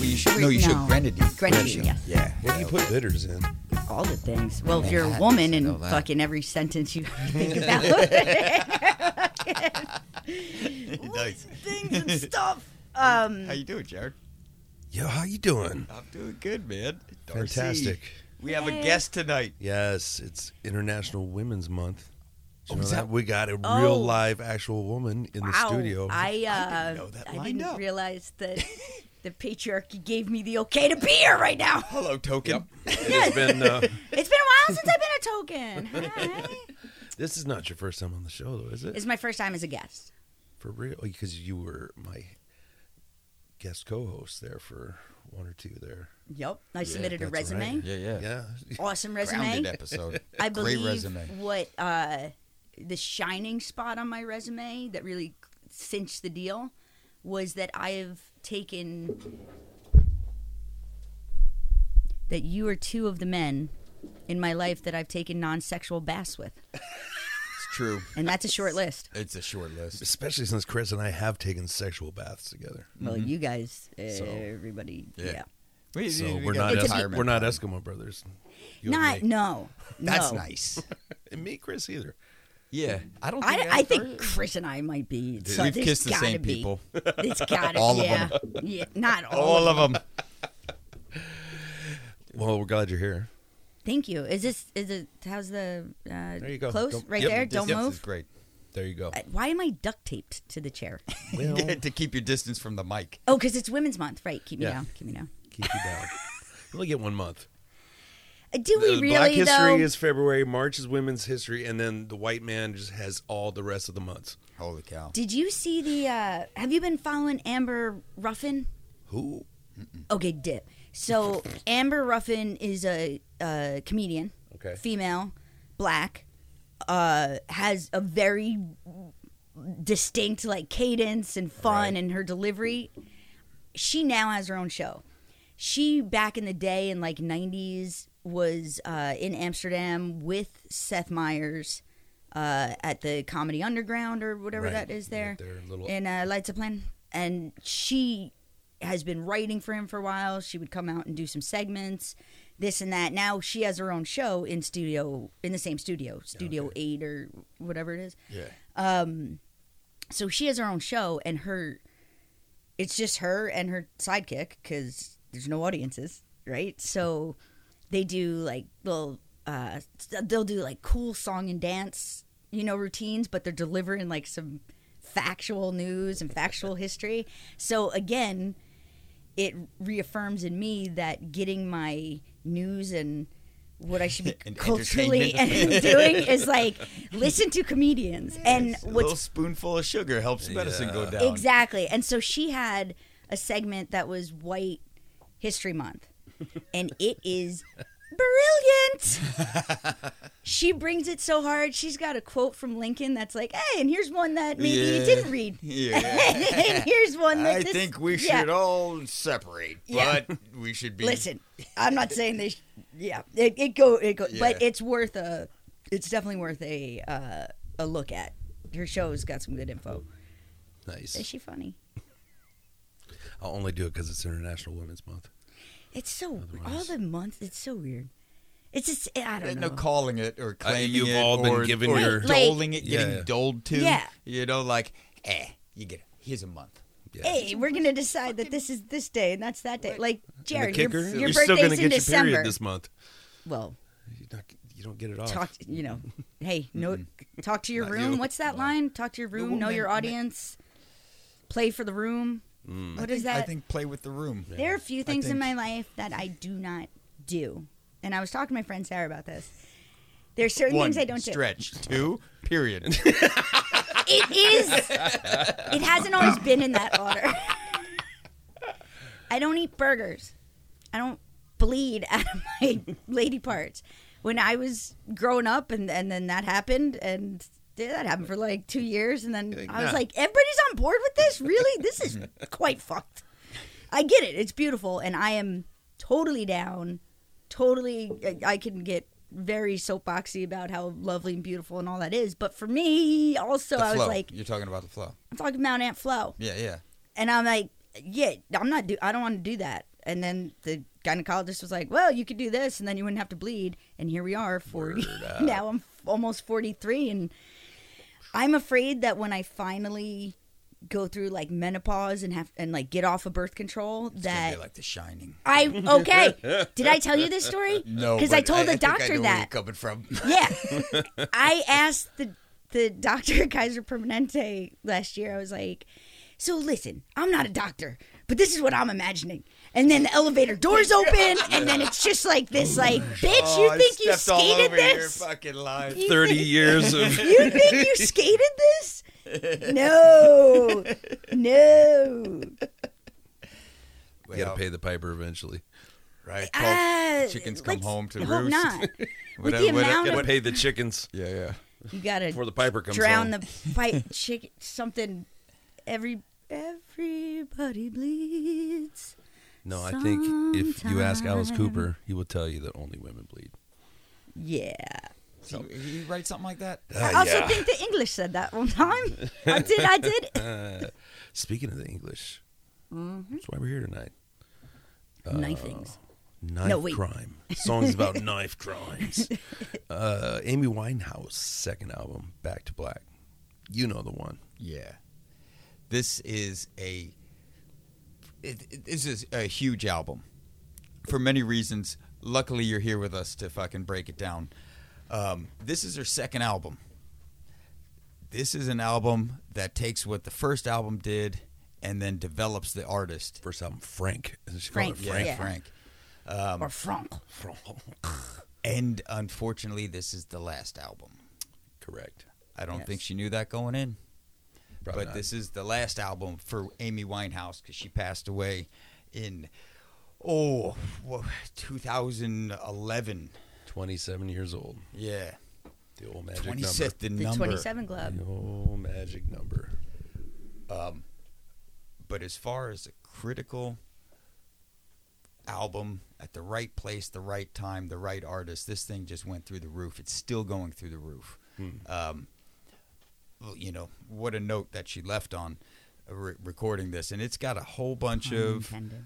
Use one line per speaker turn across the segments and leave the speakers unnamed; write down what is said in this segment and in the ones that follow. you should.
Re-
No, you should
no.
grenadine.
Grenadine,
You should-
yeah.
Yeah.
What do you put bitters in?
all the things. Well, if
Man,
you're
I
a woman
didn't know
and
that.
fucking every sentence you think about, lots
Nice.
of things and stuff. Um,
How you doing, Jared?
Yo, how you doing?
I'm doing good, man. Darcy,
Fantastic.
We have a guest tonight.
Yes, it's International Women's Month. Did you
Oh,
know
is
that?
that-
We got a
Oh.
real live actual woman in the
wow,
studio.
I uh,
know that
I
lined
didn't
up.
realize that the patriarchy gave me the okay to be here right now.
Hello, Token.
It's been, uh,
It's been a while since I've been a token. Hi.
this is not your first time on the show, though, is it?
It's my first time as a guest.
For real? Because you were my guest co host there for one or two there.
Yep. I submitted a
that's right.
resume.
Yeah, yeah.
Yeah.
Awesome resume.
Grounded episode.
I
Great
believe
resume.
what uh, the shining spot on my resume that really cinched the deal was that I have taken that you are two of the men in my life that I've taken non-sexual baths with,
It's true.
and that's a short list.
It's a short list.
Especially since Chris and I have taken sexual baths together.
Well, you guys, everybody,
Mm-hmm. Yeah.
yeah,
We,
So
we
we're
got
not, Es-
retirement
we're not
plan.
Eskimo brothers. You and
not
me.
no,
That's
no.
nice.
And me, Chris, either.
Yeah, I don't.
I,
Think
I think Chris and I might be. So
We've
there's
kissed the
gotta
same
be.
people.
It's gotta
All of
yeah.
'em.
Yeah, not all, of
all of them.
Well, we're glad you're here.
Thank you. Is this is it? How's the uh, there
you go.
close
Don't-
right
yep,
there? Don't
Distance is
move.
great
There you go.
Uh, Why am I duct taped to the chair?
Well,
to keep your distance from the mic.
oh, because it's Women's Month, right? Keep me
Yeah.
down. Keep me down.
keep you down. You only get one month.
Uh, Do we
Uh,
really
Black History
though?
is February, March is Women's History, and then the white man just has all the rest of the months.
Holy cow!
Did you see the? Uh, have you been following Amber Ruffin?
Who?
Okay, dip. So Amber Ruffin is a, a comedian,
Okay.
female, black, uh, has a very distinct like cadence and fun
Right.
in her delivery. She now has her own show. She back in the day in like '90s was uh, in Amsterdam with Seth Meyers uh, at the Comedy Underground or whatever
Right.
that is there
Their little
in uh, Leitzaplan, and she has been writing for him for a while. She would come out and do some segments, this and that. Now she has her own show in studio, in the same studio, Studio Eight or whatever it is. Um,
yeah.
So she has her own show, and her, it's just her and her sidekick because there's no audiences, right? So they do like little, uh, they'll do like cool song and dance, you know, routines, but they're delivering like some factual news and factual history. So again, it reaffirms in me that getting my news and what I should be
And
culturally and doing is like listen to comedians. And what's
a little spoonful of sugar helps medicine go down.
Exactly. And so she had a segment that was White History Month, and it is brilliant. she brings it so hard. She's got a quote from Lincoln that's like, hey, and here's one that maybe you
Yeah.
didn't read.
Yeah.
and here's one that
I
this-
think we
yeah.
should all separate,
Yeah.
but we should be.
Listen, I'm not saying they. Sh- yeah, it, it go it go,
Yeah.
but it's worth a. It's definitely worth a uh, a look at. Her show's got some good info. Is
Nice.
she funny?
I'll only do it because it's International Women's Month.
It's so all
Otherwise-
the months. It's so weird. It's just I
Uh,
don't know.
No calling it or claiming
Uh, you've
it
all been
or,
given
or
your-
Like-
doling it, getting
Yeah.
doled to.
Yeah.
You know, like, eh, you get here's a month.
Yeah.
hey, we're gonna decide that this is this day and that's that day. Like
And the
Jared, your,
kicker,
your
you're
birthday's
still gonna
in
get your
December.
period this month.
well,
You're not, you don't get it off.
talk. You know, hey, no, talk to your
Mm-hmm. Not
room.
you.
What's that line? Talk to your room.
well,
know
man-
your
man-
audience. Play for the room.
Mm.
What is that?
I think play with the room.
There are a few things in
think-
my life that I do not do, and I was talking to my friend Sarah about this. There's certain
One,
things I don't do.
stretch. Two, period.
It is. it hasn't always been in that order. I don't eat burgers. I don't bleed out of my lady parts. When I was growing up, and, and then that happened, and yeah, that happened for like two years, and then
like,
I was
nah.
like, everybody's on board with this? Really? This is quite fucked. I get it. It's beautiful, and I am totally down. Totally, I- I can get very soapboxy about how lovely and beautiful and all that is. But for me, also,
the
I was
flow.
like,
You're talking about the flow.
I'm talking about Aunt Flo,
Yeah, yeah.
and I'm like, yeah, I'm not do. I don't want to do that. And then the gynecologist was like, "Well, you could do this, and then you wouldn't have to bleed." And here we are, forty.
Word up.
now I'm f- almost forty-three, and I'm afraid that when I finally go through like menopause and have and like get off of birth control,
It's gonna
that
be like The Shining.
I okay. Did I tell you this story?
No,
because I
but
told the
think I
doctor
know where you're
that.
coming from.
Yeah, I asked the the doctor at Kaiser Permanente last year. I was like, "So listen, I'm not a doctor, but this is what I'm imagining." And then the elevator doors open, and then it's just like this, like, "Bitch,
Oh, I
you think you
stepped all
skated
over Your
this?
fucking life.
You
Thirty
think-
years of
You think you skated this? No, no."
you got to pay the piper eventually.
Right.
Ah,
Called chickens come
let's
home to
hope
roost.
not. With
Whatever-
the
whatever-
amount
Got to
of
pay the chickens
Yeah, yeah.
you gotta
before the piper comes
drown
home.
the fight chicken something every everybody bleeds
no, I think if you ask Alice Cooper, he will tell you that only women bleed.
yeah
So you, you write something like that?
Ah,
i also think the english said that one time i did i did
Speaking of the English,
Mm-hmm.
that's why we're here tonight. Uh,
knifings
Knife
No, wait.
crime. Songs about knife crimes. Uh, Amy Winehouse second album, Back to Black. You know the one.
Yeah. This is a it, it- this is a huge album for many reasons. Luckily, you're here with us to fucking break it down. Um, this is her second album. This is an album that takes what the first album did and then develops the artist.
First album, Frank. She
Frank,
called it Frank.
Yeah.
Frank.
um,
or franc
And unfortunately, this is the last album.
Correct.
I don't
Yes.
think she knew that going in.
Probably
but
not.
this is the last album for Amy Winehouse because she passed away in oh wha- 2011.
27 years old.
Yeah,
The old magic
26th the
the
number.
27 club
number. The old magic number.
But as far as a critical album at the right place, the right time, the right artist, this thing just went through the roof. It's still going through the roof. Um, well, you know what a note that she left on uh, re- recording this, and it's got a whole bunch of.
Unintended.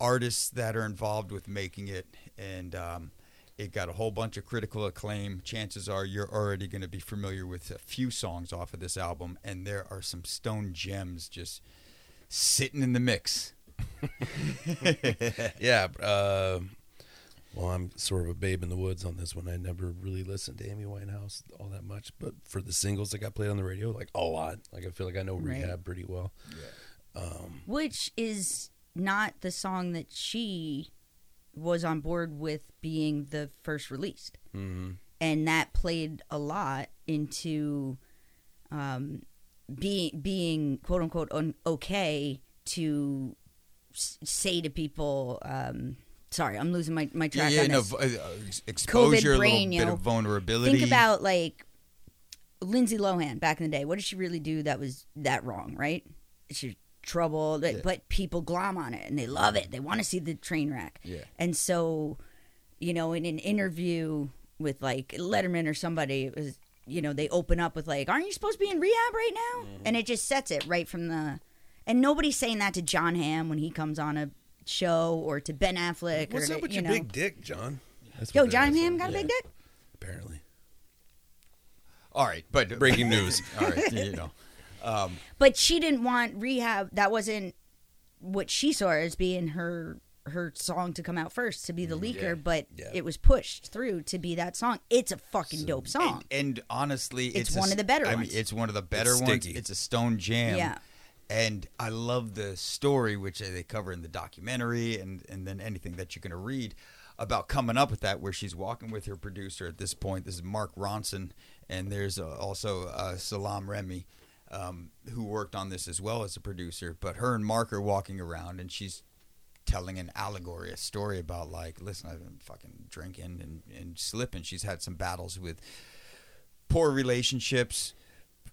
artists that are involved with making it, and um, it got a whole bunch of critical acclaim. Chances are you're already going to be familiar with a few songs off of this album, and there are some stone gems just sitting in the mix.
Yeah. Uh, well, I'm sort of a babe in the woods on this one. I never really listened to Amy Winehouse all that much, but for the singles that got played on the radio, like a lot. Like I feel like I know
Right.
Rehab pretty well.
which is not the song that she was on board with being the first released
Mm-hmm.
and that played a lot into um, being being quote unquote un- okay to s- say to people. Um, sorry, I'm losing my my track. on this.
uh, exposure, a
brain,
little
you
bit
know.
of vulnerability.
Think about like Lindsay Lohan back in the day. What did she really do that was that wrong? Right? She trouble, but,
Yeah.
but people glom on it and they love it. They want to see the train wreck.
Yeah.
And so, you know, in an interview with like Letterman or somebody, it was you know they open up with like, "Aren't you supposed to be in rehab right now?"
Mm-hmm.
And it just sets it right from the. And nobody's saying that to John Hamm when he comes on a show or to Ben Affleck
What's
or
up
to,
with
you
your
know.
big dick, John? That's
Yo,
what they're
John Hamm
asking.
got a big
Yeah,
dick.
Apparently.
All right, but
Breaking news.
All right, you know. Um,
but she didn't want rehab that wasn't what she saw as being her her song to come out first to be the leaker
yeah,
but
Mm, yeah.
it was pushed through to be that song it's a fucking dope song
And, and honestly,
It's
it's,
one
a-
of the better
I mean,
ones.
it's one of the better
It's
ones.
sticky.
It's a stone jam.
Yeah.
And I love the story which they cover in the documentary, and and then anything that you're going to read about coming up with that, where she's walking with her producer at this point. This is Mark Ronson, and there's uh also uh, Salam Remy. Um, who worked on this as well as a producer, but her and Mark are walking around, and she's telling an allegory, a story about like, listen, I've been fucking drinking and, and slipping. She's had some battles with poor relationships,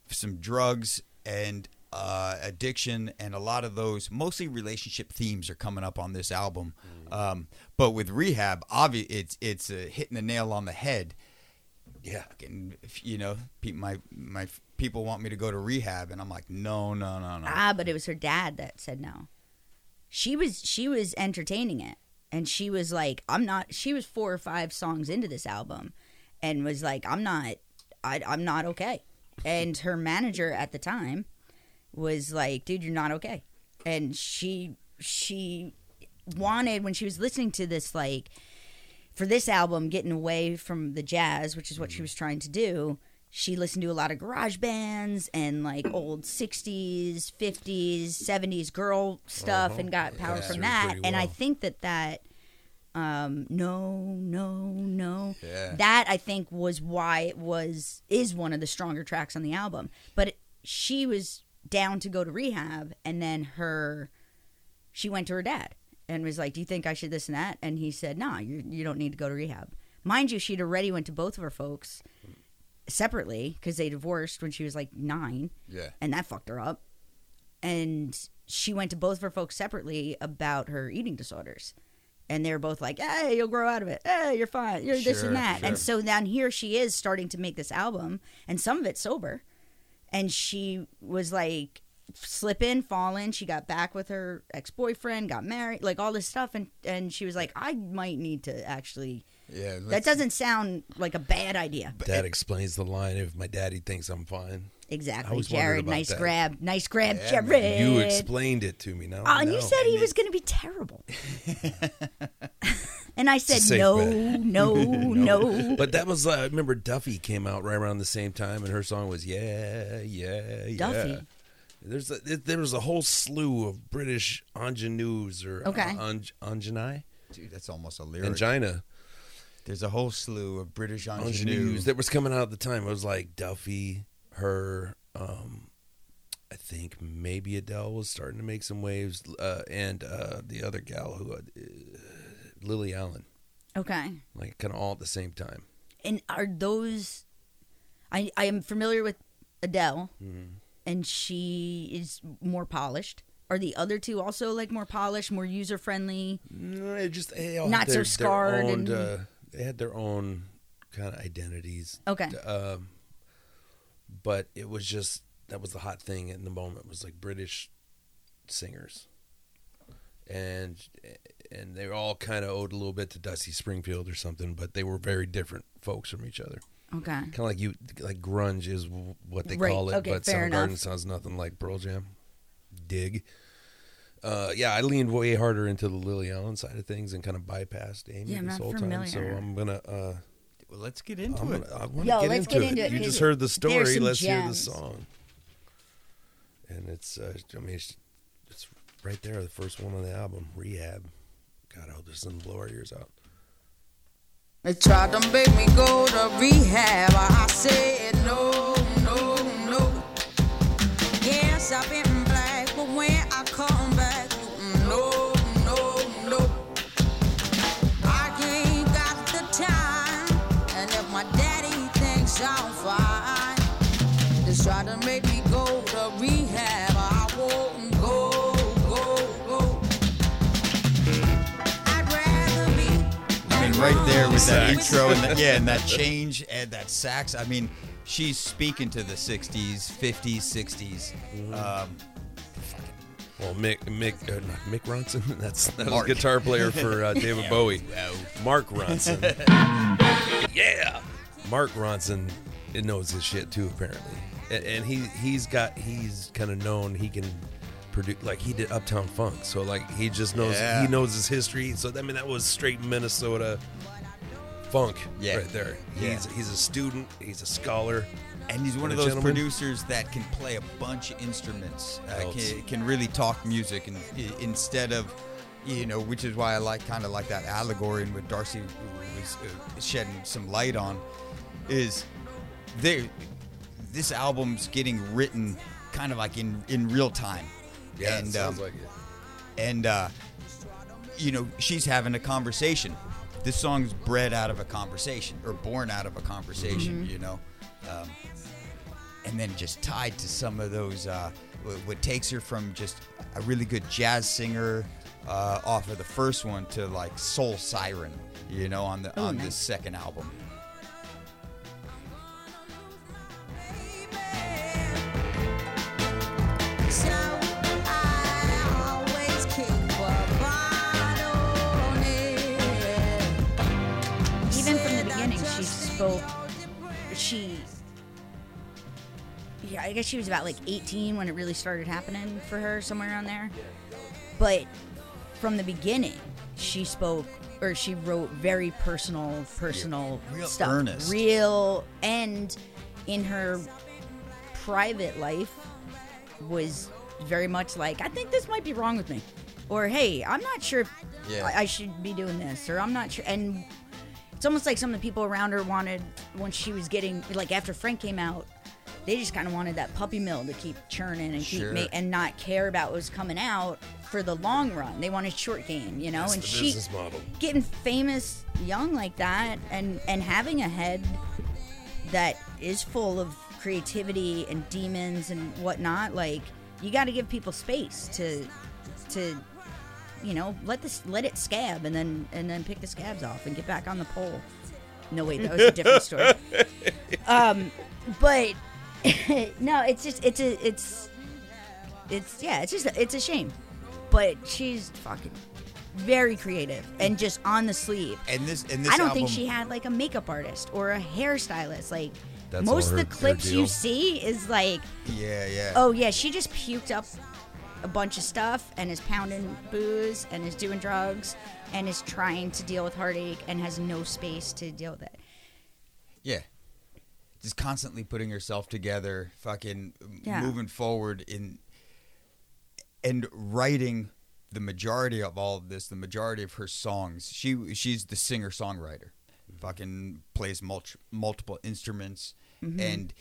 some drugs and uh, addiction, and a lot of those mostly relationship themes are coming up on this album. Um, but with rehab, obvi- it's it's uh, hitting the nail on the head.
Yeah.
Fucking, you know, pe- my my people want me to go to rehab, and I'm like, no, no, no, no.
ah but it was her dad that said no she was she was entertaining it and she was like i'm not she was four or five songs into this album and was like i'm not I, i'm not okay and her manager at the time was like dude you're not okay and she she wanted when she was listening to this like for this album getting away from the jazz which is what
Mm-hmm.
she was trying to do she listened to a lot of garage bands and like old 60s 50s 70s girl stuff
Uh-huh.
and got power
Yeah.
from
Served
that
pretty
and i
well.
think that that um no no no
Yeah.
that i think was why it was is one of the stronger tracks on the album but it, she was down to go to rehab and then her she went to her dad and was like do you think i should this and that and he said nah, you, you don't need to go to rehab mind you she'd already went to both of her folks separately because they divorced when she was like nine
Yeah.
and that fucked her up. And she went to both of her folks separately about her eating disorders. And they were both like, hey, you'll grow out of it. Hey, you're fine. You're this
Sure,
and that. And
sure.
so down here she is starting to make this album, and some of it sober. And she was like slipping, falling. She got back with her ex boyfriend, got married, like all this stuff. And, and she was like, I might need to actually.
Yeah.
That
let's-
doesn't sound like a bad idea.
That explains the line if my daddy thinks I'm fine.
Exactly.
always wondered
Jared,
about
nice
that.
grab. Nice grab,
Yeah, man.
Jared.
You explained it to me now.
Oh, and
no.
you said he was going to be terrible. and I
It's a
said,
safe
no,
bet.
no, no.
But that was uh, I remember Duffy came out right around the same time, and her song was "Yeah, Yeah, Yeah."
Duffy?
There's a, it, there was a whole slew of British ingenues or
Okay.
uh, ing- ingeni
Dude, that's almost a lyric.
angina
There's a whole slew of British
ingenues
ingenues.
that was coming out at the time. It was like Duffy, her, um, I think maybe Adele was starting to make some waves, uh, and uh, the other gal who uh, Lily Allen,
Okay.
like kind of all at the same time.
And are those. I, I am familiar with Adele,
Mm-hmm.
and she is more polished. Are the other two also like more polished, more user friendly?
No, Mm, it just they all
Not
had
so
their,
scarred
Their own,
and-
uh, they had their own kind of identities,
Okay.
um, but it was just that was the hot thing in the moment was like British singers, and and they all kind of owed a little bit to Dusty Springfield or something, but they were very different folks from each other.
Okay.
Kind of like you, like grunge is w- what they
Right,
call it,
okay,
but
fair
Soundgarden
enough.
sounds nothing like Pearl Jam. Dig. Uh, yeah, I leaned way harder into the Lily Allen side of things and kind of bypassed Amy
Yeah, I'm
this
not
whole time. So
familiar.
I'm gonna, uh,
well, let's get
I'm
into it.
gonna I want
Yo,
to get
let's
into
get
it.
into it,
You
'cause
just heard the
there's
story.
some
Let's hear the
gems.
song. And it's, uh, I mean, it's, it's right there, the first one on the album, Rehab. God, I hope this doesn't blow our ears out.
They tried to make me go to rehab. I said no, no, no. Yes, I've been black, but when I come back, mm, no, no, no. I ain't got the time, and if my daddy thinks I'm fine, they try to make me go to rehab. I won't go, go, go. I'd rather be.
I mean, right there with that
Sax.
intro and that, yeah, and that change and that sax. I mean, she's speaking to the '60s, '50s, '60s.
Mm-hmm.
Um,
Well, Mick Mick uh, not Mick Ronson. That's that was
Mark.
a guitar player for uh, David Bowie.
wow.
Mark Ronson. yeah, Mark Ronson. It knows his shit too, apparently. And, and he he's got he's kind of known he can produce like he did Uptown Funk. So like he just knows
Yeah.
he knows his history. So I mean that was straight Minnesota funk
Yeah.
right there.
Yeah.
He's he's a student. He's a scholar.
and he's one
And
of
a
those
gentleman.
producers that can play a bunch of instruments. Uh,
Belts.
can, can really talk music, and i- instead of, you know, which is why I like kind of like that allegory, and what Darcy was uh, shedding some light on, is they this album's getting written kind of like in in real time.
Yeah,
and,
it sounds
um,
like it.
and uh, you know she's having a conversation. This song's bred out of a conversation or born out of a conversation,
Mm-hmm.
you know, um, and then just tied to some of those. Uh, wh- what takes her from just a really good jazz singer uh, off of the first one to like soul siren, you know, on the
Ooh,
on the
nice.
second album.
So I always keep a
I guess she was about like 18 when it really started happening for her, somewhere around there. But from the beginning, she spoke or she wrote very personal, personal
Real
stuff,
earnest.
real, and in her private life was very much like, I think this might be wrong with me, or hey, I'm not sure if
Yeah.
I, I should be doing this, or I'm not sure, and it's almost like some of the people around her wanted when she was getting like after Frank came out, they just kind of wanted that puppy mill to keep churning and keep
Sure.
ma- and not care about what was coming out for the long run. They wanted short game, you know.
That's
and
the
she
business model.
getting famous young like that and and having a head that is full of creativity and demons and whatnot like you got to give people space to to you know let this let it scab and then and then pick the scabs off and get back on the pole no wait that was a different story um but no it's just it's a it's it's yeah it's just a, it's a shame but she's fucking very creative
Mm.
and just on the sleeve
And this and this
I don't
album,
think she had like a makeup artist or a hairstylist. Like
That's
most of
all
the
her-
clips
her
you
deal.
see is like,
Yeah, yeah.
oh yeah, she just puked up a bunch of stuff and is pounding booze and is doing drugs and is trying to deal with heartache and has no space to deal with it.
Yeah. Just constantly putting herself together, fucking
Yeah.
moving forward in and writing the majority of all of this, the majority of her songs. She she's the singer-songwriter. Fucking plays mulch, multiple instruments
Mm-hmm.
and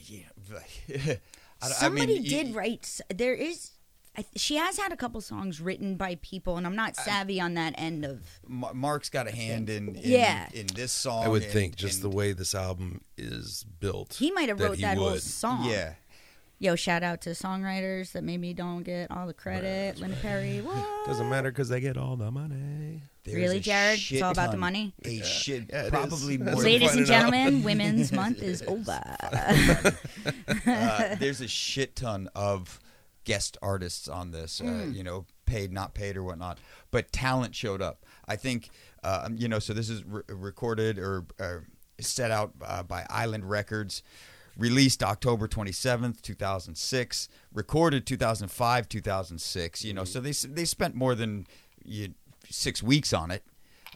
yeah, like, I, don't- I mean,
Somebody
you-
did write. s- There is. I, th- she has had a couple songs written by people, and I'm not savvy on that end of.
Ma- Mark's got a hand in, in
Yeah.
in this song.
I would
and-
think just the
and-
way this album is built.
He might have wrote
he
that whole
would.
song.
Yeah.
Yo, shout out to songwriters that maybe don't get all the credit. Linda Perry, what?
Doesn't matter because they get all the money.
There's
Really,
a
Jared? It's
shit
all about the
ton-
money?
A shit,
Yeah, it is.
probably more.
That's
than-
Ladies
find
and
it out.
gentlemen, Women's Month is over.
uh, there's a shit ton of guest artists on this, uh, you know, paid, not paid, or whatnot. But talent showed up. I think, uh, um, you know, so this is re- recorded or uh, set out uh, by Island Records. Released October 27th, 2006. Recorded 2005, 2006. You know, so they s- they spent more than you, six weeks on it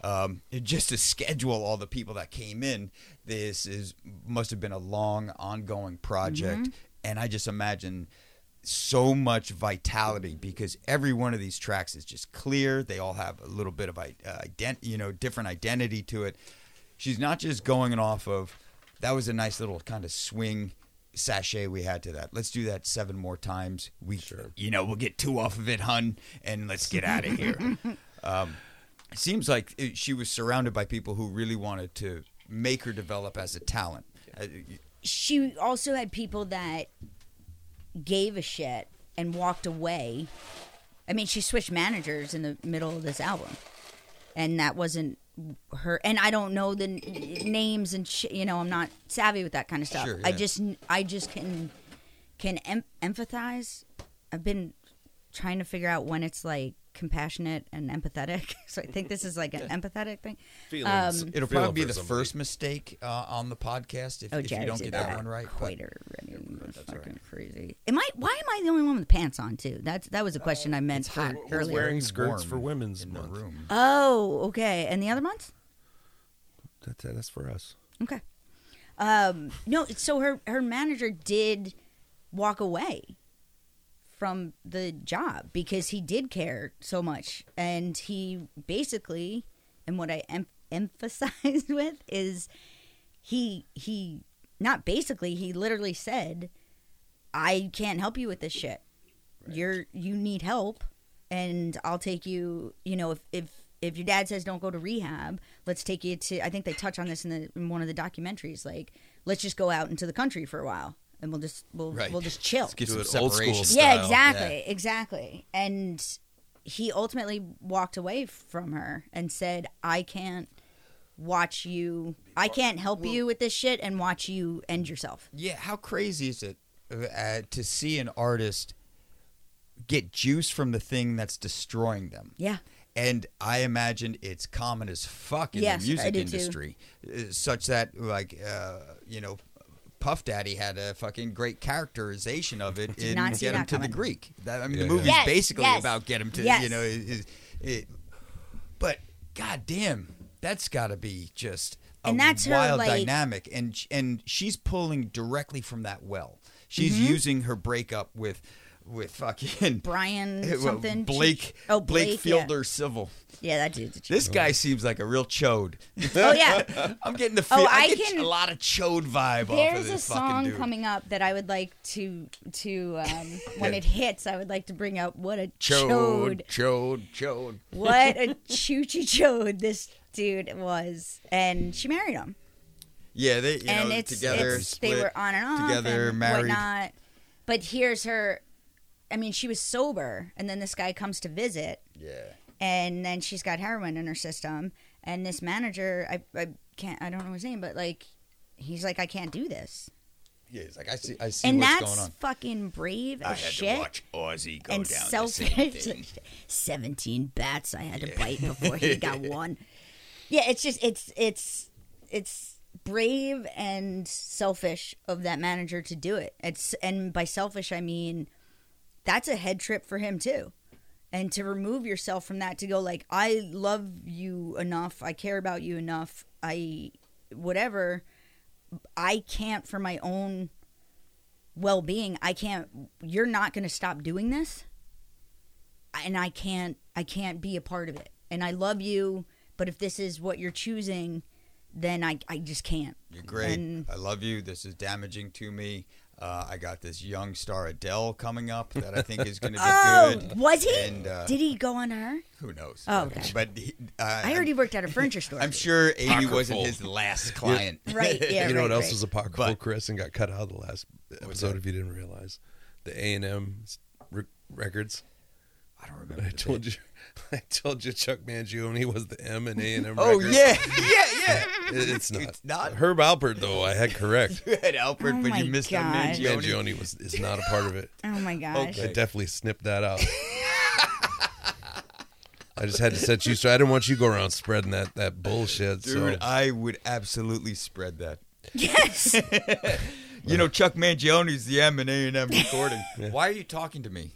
um, it- just to schedule all the people that came in. This is must have been a long, ongoing project, and I just imagine so much vitality because every one of these tracks is just clear. They all have a little bit of i- uh, ident- you know, different identity to it. She's not just going off of that was a nice little kind of swing sachet we had to that. Let's do that seven more times. We, you know, we'll get two off of it, hun, and let's get out of here. It seems like it, she was surrounded by people who really wanted to make her develop as a talent. Uh, y-
she also had people that gave a shit and walked away. I mean, she switched managers in the middle of this album, and that wasn't her. And I don't know the n- names and sh- you know I'm not savvy with that kind of stuff.
Sure,
I
yeah.
just I just can can em- empathize. I've been trying to figure out when it's like compassionate and empathetic. so I think this is like an empathetic thing. Um,
Feelings.
It'll
Feel
probably be
for
the
somebody.
first mistake uh, on the podcast if,
Oh,
if you
Jared
don't
did
get
that,
that, one right. but-
Quite already.
but that's all
fucking
right.
crazy. Am I? Why am I the only one with pants on too? That's that was a question I meant for
Who's
earlier.
wearing skirts
Warm
for women's
in the
month?
room.
Oh, okay. And the other months?
That, that- that's for us.
Okay. Um, no, so her her manager did walk away from the job because he did care so much, and he basically, and what I em- emphasized with is he he not basically he literally said, "I can't help you with this shit. You're you need help, and I'll take you. You know if if." If your dad says don't go to rehab, let's take you to. I think they touch on this in, the, in one of the documentaries. Like, let's just go out into the country for a while, and we'll just we'll
Right.
we'll just chill.
Let's get
Do
some
it old school
separation.
style.
Yeah, exactly, exactly. And he ultimately walked away from her and said, "I can't watch you. I can't help you with this shit and watch you end yourself."
Yeah, how crazy is it uh, uh, to see an artist get juice from the thing that's destroying them?
Yeah,
And I imagine it's common as fuck in
Yes, I
the
do
music
too.
industry, uh, such that like uh, you know, Puff Daddy had a fucking great characterization of it in
not see
Get Him
that
to the
coming.
Greek. That, I mean,
Yeah,
the
yeah.
movie's
Yes,
basically
yes,
about Get Him to,
yes.
you know, it, it, it- but goddamn, that's got to be just a
And that's her,
wild
like-
dynamic. And sh- and she's pulling directly from that well. She's
Mm-hmm.
using her breakup with with fucking
Brian
well,
something.
Blake.
Oh,
Blake,
Blake, yeah.
Fielder Civil.
Yeah, that dude's a cheat.
This guy seems like a real chode.
Oh yeah.
I'm getting the feel.
Oh,
I,
I
get
can-
a lot of chode vibe off of
There's
this
a
fucking
song
dude.
coming up that I would like to to um, when it hits. I would like to bring up what a chode,
chode, chode.
what a choochie chode this dude was, and she married him.
Yeah, they you
and
know
it's,
together
it's
split,
they were on and off
together,
and
married.
whatnot. But here's her. I mean, she was sober, and then this guy comes to visit,
Yeah,
and then she's got heroin in her system and this manager i, I can't i don't know his name but like he's like i can't do this
yeah. It's like I see, I see
and
what's
that's
going on.
fucking brave as
I had
shit
to watch Ozzy go
and
down the
selfish
same thing.
17 bats i had to bite before he got one yeah it's just it's it's it's brave and selfish of that manager to do it it's and by selfish i mean that's a head trip for him too and to remove yourself from that to go like i love you enough i care about you enough i whatever i can't for my own well-being i can't you're not going to stop doing this and i can't i can't be a part of it and i love you but if this is what you're choosing then i, I just can't
You're great.
And-
I love you. This is damaging to me. Uh, I got this young star Adele coming up that I think is going to be
oh
good.
was he
And, uh,
did he go on her
Who knows?
Oh, okay.
But he, uh,
i heard he worked at a furniture store
I'm sure Amy
Apocryphal.
wasn't his last client.
right yeah
you know
right,
what else
right.
was apocryphal,
But-
Chris, and got cut out of the last episode if you didn't realize? The A and M records.
I don't
I
remember. the
told you, I told you, Chuck Mangione was the M and A and M.
Oh
records.
yeah, yeah, yeah.
It- it's not.
It's not.
Herb Alpert though. I had correct.
You had Alfred,
Oh
but
my
you missed
God.
out Mangione.
Mangione was is not a part of it.
oh my gosh
I definitely snipped that out. I just had to set you straight. I didn't want you to go around spreading that that bullshit.
Dude,
so
I would absolutely spread that.
yes
You know, Chuck Mangione's the M and A and M recording. Why are you talking to me?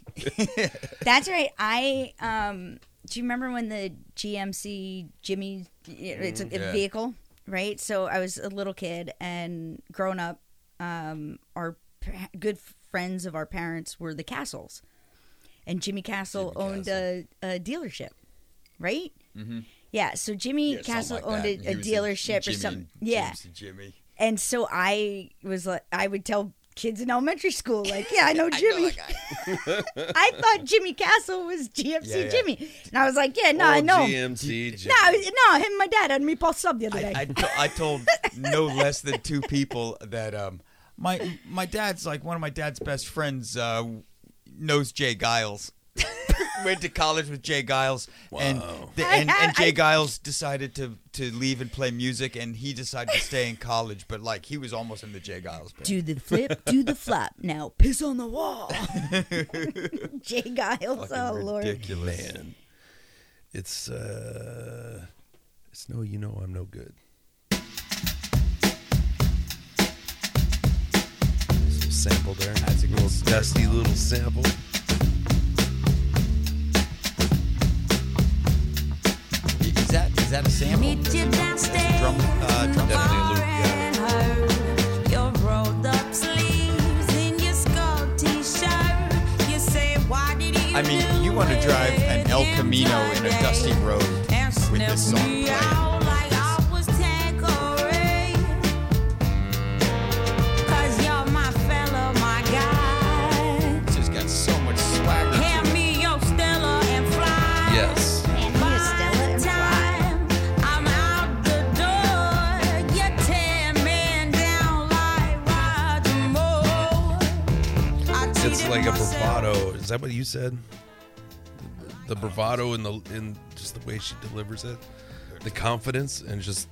That's right. I um do you remember when the GMC Jimmy it's a, a
Mm, yeah.
vehicle, right? So I was a little kid and grown up um our pa- good friends of our parents were the Castles. And Jimmy Castle
Jimmy
owned
Castle.
A, a dealership, right? Mm-hmm. Yeah, so Jimmy
Yeah, something
Castle
like
owned
that.
a,
He
a
was
dealership
Jimmy-
or something.
Jimmy-
Yeah
Jimmy.
and so I was like, I would tell kids in elementary school, like, yeah, I know Jimmy. I thought Jimmy Castle was GMC
Yeah, yeah.
Jimmy, and I was like, yeah, no, I
Old
know. him.
GMC.
No, I was- no, him and my dad had meatball sub the other day.
I, I, to- I told no less than two people that um, my my dad's like one of my dad's best friends uh, knows Jay Giles. Went to college with Jay Giles, and, the,
I
and
have-
and Jay
I-
Giles decided to to leave and play music, and he decided to stay in college. But like he was almost in the Jay Giles band.
do the flip, do the flop. Now piss on the wall. Jay Giles, oh
Fucking
lord.
ridiculous.
Man, it's uh, it's no, you know, I'm no good. Some sample there. That's a little dusty little sample.
Is that is that a sample?
Meet you downstairs.
Drum- uh,
in the
drum-
bar
definitely a loop, yeah.
and her. Your rolled up sleeves in your skull t-shirt. You say, why did you
I mean, you want to drive an El Camino in a dusty road with this song playing. It's just got so much swagger.
Yes.
Hand me a Stella and fly.
It's like a bravado. Is that what you said? The bravado and the in just the way she delivers it, the confidence and just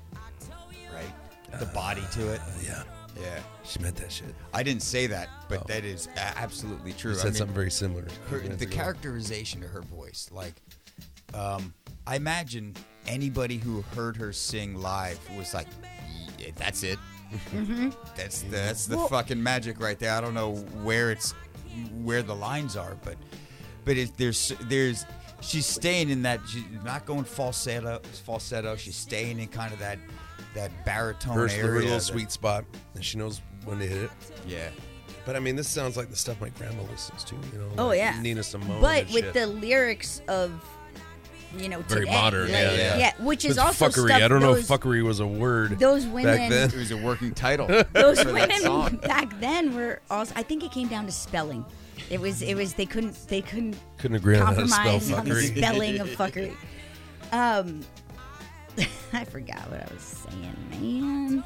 Right. The body to it.
yeah,
Yeah.
she meant that shit.
I didn't say that, but
Oh.
that is a- absolutely true.
You
I
said
mean,
something very similar.
her- the characterization of her voice, like, um, I imagine anybody who heard her sing live was like, "Yeah, eh, "That's it. That's the, that's the fucking magic right there. I don't know where it's where the lines are, but but it, there's there's she's staying in that she's not going falsetto falsetto. She's staying in kind of that that baritone
First
area.
little
that-
sweet spot, and she knows when to hit it.
Yeah.
But I mean, this sounds like the stuff my grandma listens to. You know,
Oh
like
yeah,
Nina Simone.
But
and
with
shit.
the lyrics of, you know,
Very
today,
modern,
like,
yeah,
yeah.
which is
With
also
fuckery.
stuff
I don't know if
those,
fuckery was a word
those
back
women-
then.
It was a working title.
those
for that
women
song.
back then were also. I think it came down to spelling. It was it was they couldn't they couldn't
Couldn't agree on how to spell
compromise on the
fuckery.
spelling of fuckery. Um, I forgot what I was saying, man.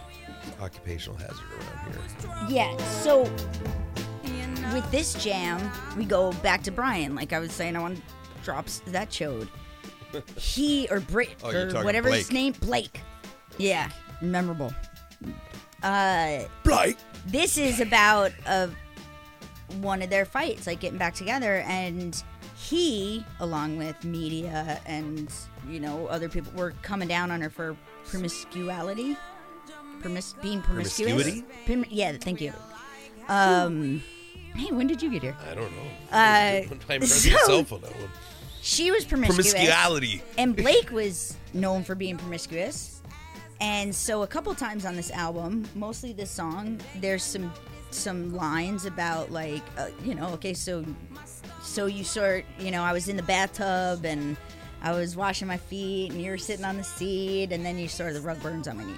Occupational hazard around here.
Yeah, so with this jam, we go back to Brian. Like I was saying, I want drops that showed. He or Brit
Oh, you're
or
talking
whatever his
Blake.
name, Blake. Yeah, memorable. Uh,
Blight.
this is about a, one of their fights, like getting back together, and he, along with media and you know other people, were coming down on her for promiscuity, promis- being promiscuous.
Promiscuity?
Prim- yeah, thank you. Um, hey, when did you get here?
I don't know.
Uh,
I'm
so-
myself on that one.
She was promiscuous.
Promiscuity.
and Blake was known for being promiscuous. And so a couple times on this album, mostly this song, there's some some lines about like uh, you know, okay, so so you sort, you know, I was in the bathtub and I was washing my feet and you were sitting on the seat and then you sort of the rug burns on my knees.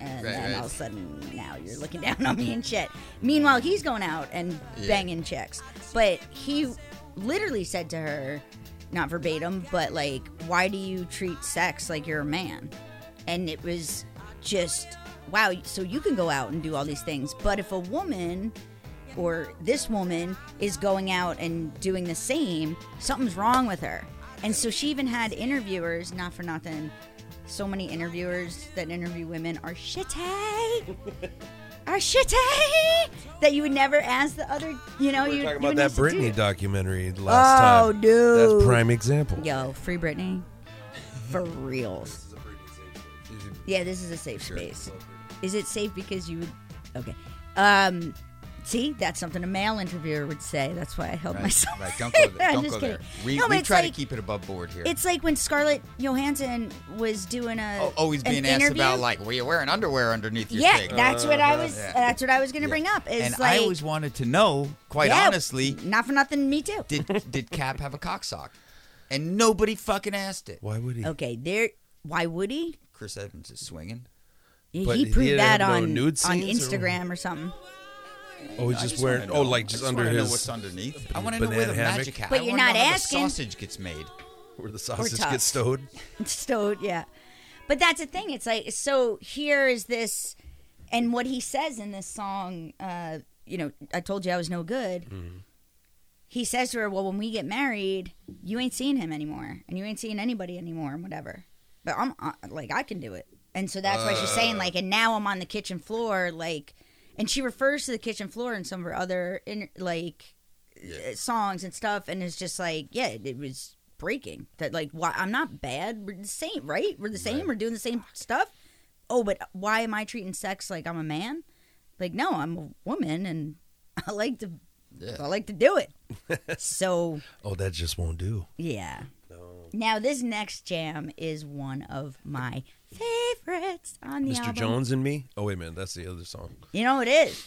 And
Right,
then
right.
all of a sudden now you're looking down on me and shit. Meanwhile, he's going out and
Yeah.
banging chicks. But he literally said to her, not verbatim, but like, why do you treat sex like you're a man? And it was just, wow, so you can go out and do all these things. But if a woman or this woman is going out and doing the same, something's wrong with her. And so she even had interviewers, not for nothing. So many interviewers that interview women are shitty, are shitty that you would never ask the other. You know,
We
you you
were talking about
wouldn't
that
ask the
Britney
dude.
documentary last
Oh,
time.
dude.
That's prime example.
Yo, free Britney. For reals. Yeah, this is a safe space. Is it safe because you would okay. Um see, that's something a male interviewer would say. That's why I held
Right,
myself.
right. Don't go there.
I'm
Don't
just
go there.
kidding.
We,
No, but
we
it's
try
like-
to keep it above board here.
It's like when Scarlett Johansson was doing a
Oh, always
an
being asked
interview.
about like, were you wearing underwear underneath your
Yeah,
thing?
that's what I was
yeah.
that's what I was gonna
Yeah.
bring up. Is
and
like
I always wanted to know, quite
yeah,
honestly,
Not for nothing, me too.
did did Cap have a cock sock? And nobody fucking asked it.
Why would he?
Okay, there why would he?
Chris Evans is swinging.
Yeah,
But
he
he
proved
didn't
that
have no
on
nude
on
scenes or-
Instagram or, something.
Oh, he's
I
just,
just wanna
wearing. Oh,
know.
like
I
just,
just
under
wanna know
his.
what's underneath. I want to know where
banana
the
hammock.
magic happens.
But you're not asking.
How the sausage gets made.
Where the sausage
tough.
gets stowed.
So yeah, but that's the thing. It's like so. Here is this, and what he says in this song. Uh, you know, I told you I was no good. He says to her, "Well, when we get married, you ain't seeing him anymore, and you ain't seeing anybody anymore, and whatever." But I'm uh, like, I can do it, and so that's why she's saying like, and now I'm on the kitchen floor, like, and she refers to the kitchen floor in some of her other in, like uh, songs and stuff, and it's just like, yeah, it was breaking. That like, why I'm not bad. We're the same, right? We're the same. We're doing the same stuff. Oh, but why am I treating sex like I'm a man? Like, no, I'm a woman, and I like to, I like to do it. so
Oh, that just won't do.
yeah. Now this next jam is one of my favorites on the
Mr.
album.
Jones and me. Oh wait a minute, that's the other song.
You know it is.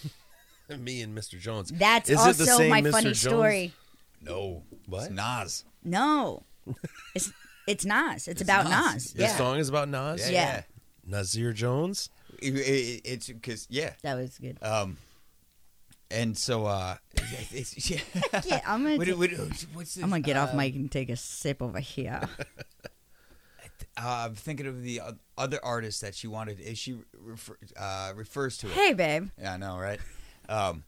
me and Mr. Jones.
That's
Is it the
also
same
my
Mr.
funny
Jones?
story.
No,
What?
It's Nas.
No, it's it's Nas. It's, about
Nas.
Nas.
This
Yeah.
song is about Nas.
Yeah.
Nazir Jones.
It- it- it's because yeah.
That was good.
Um, and so uh, it's, yeah.
Yeah, I'm gonna.
What-
take-
what- what's this?
I'm gonna get off
Uh,
mic and take a sip over here.
Uh, I'm thinking of the o- other artist that she wanted. Is she refer, uh, refers to it?
hey, babe.
Yeah, I know, right? Um,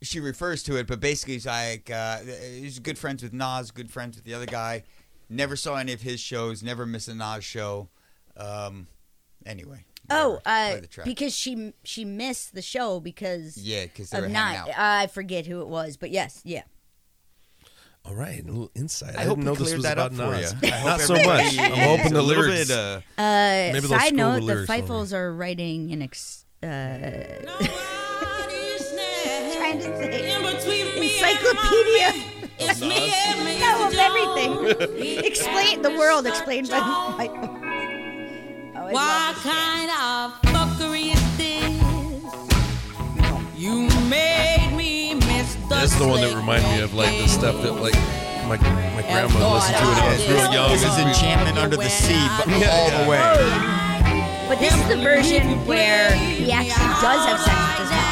she refers to it, but basically, it's like uh, he's good friends with Nas, good friends with the other guy. Never saw any of his shows. Never missed a Nas show. Um, anyway.
Oh,
whatever.
uh,
Play the track.
because she she missed the show because
yeah, because they were
of
hanging
not.
out.
I forget who it was, but yes, yeah.
All right, a little insight. I,
hope we
didn't know this
cleared
was
that
about
up for
Nas.
you. I hope
Not so
everybody
much. I'm
is
hoping the
a little
lyrics-
bit, uh,
Uh,
Maybe they'll
side
score
note:
the
the
lyrics for me.
Feifels are writing an ex- uh,
Nobody's there
trying to say
in between me and my
encyclopedia
It's me and
no,
Maisie
of
Jones.
everything. explain the world explained by my. Oh, I
What
love
kind of fuckery is this? You made me miss the
That's the one that
slick
reminded me of like the stuff that like my my grandma listened to when I was real young.
This is Enchantment Under the Sea, but all the way.
this. But this is the version where he actually does have sex with his mom.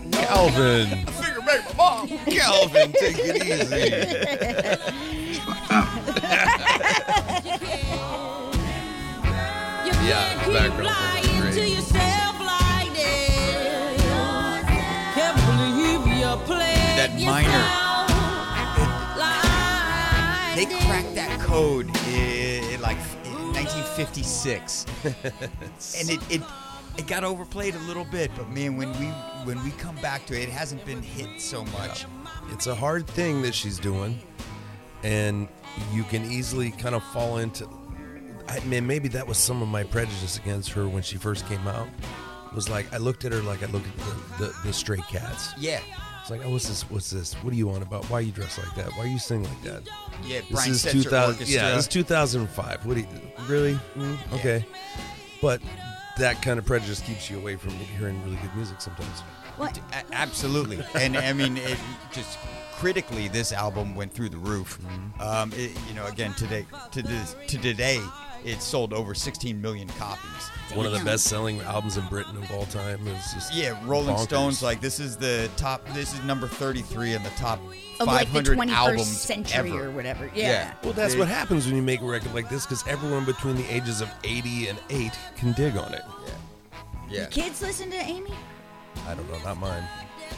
in Back to the Future.
Calvin.
Finger back my mom.
Calvin, take it easy.
You
Yeah,
can't keep
background
lying
was
to
great.
yourself like this. Can't believe you played
That minor.
yourself like
They
this.
cracked that code in like in 1956, and it, it it got overplayed a little bit. But man, when we when we come back to it, it hasn't been hit so much.
It's a hard thing that she's doing, and you can easily kind of fall into. I mean, maybe that was some of my prejudice against her when she first came out. Was like I looked at her like I looked at the, the, the stray cats.
Yeah,
It's like, oh, what's this? What's this? What are you on about? Why are you dressed like that? Why are you singing like that?
yeah.
This
Brian
is
Setzer
2000.
Orchestra.
Yeah, it's 2005. What do you, really? Mm, okay, but that kind of prejudice keeps you away from hearing really good music sometimes.
What?
A- absolutely. And I mean, it just critically, this album went through the roof.
Mm-hmm.
Um, it, you know, again today to this to today, it sold over 16 million copies.
One of the best-selling albums in Britain of all time is just
Yeah, Rolling
bonkers.
Stones. Like this is the top. This is number 33 in the top
Of like the
500
21st
albums
century
ever.
or whatever.
Yeah.
Yeah.
Well, that's
They-
what happens when you make a record like this because everyone between the ages of 80 and 8 can dig on it.
Yeah.
Kids listen to Amy?
I don't know, not mine.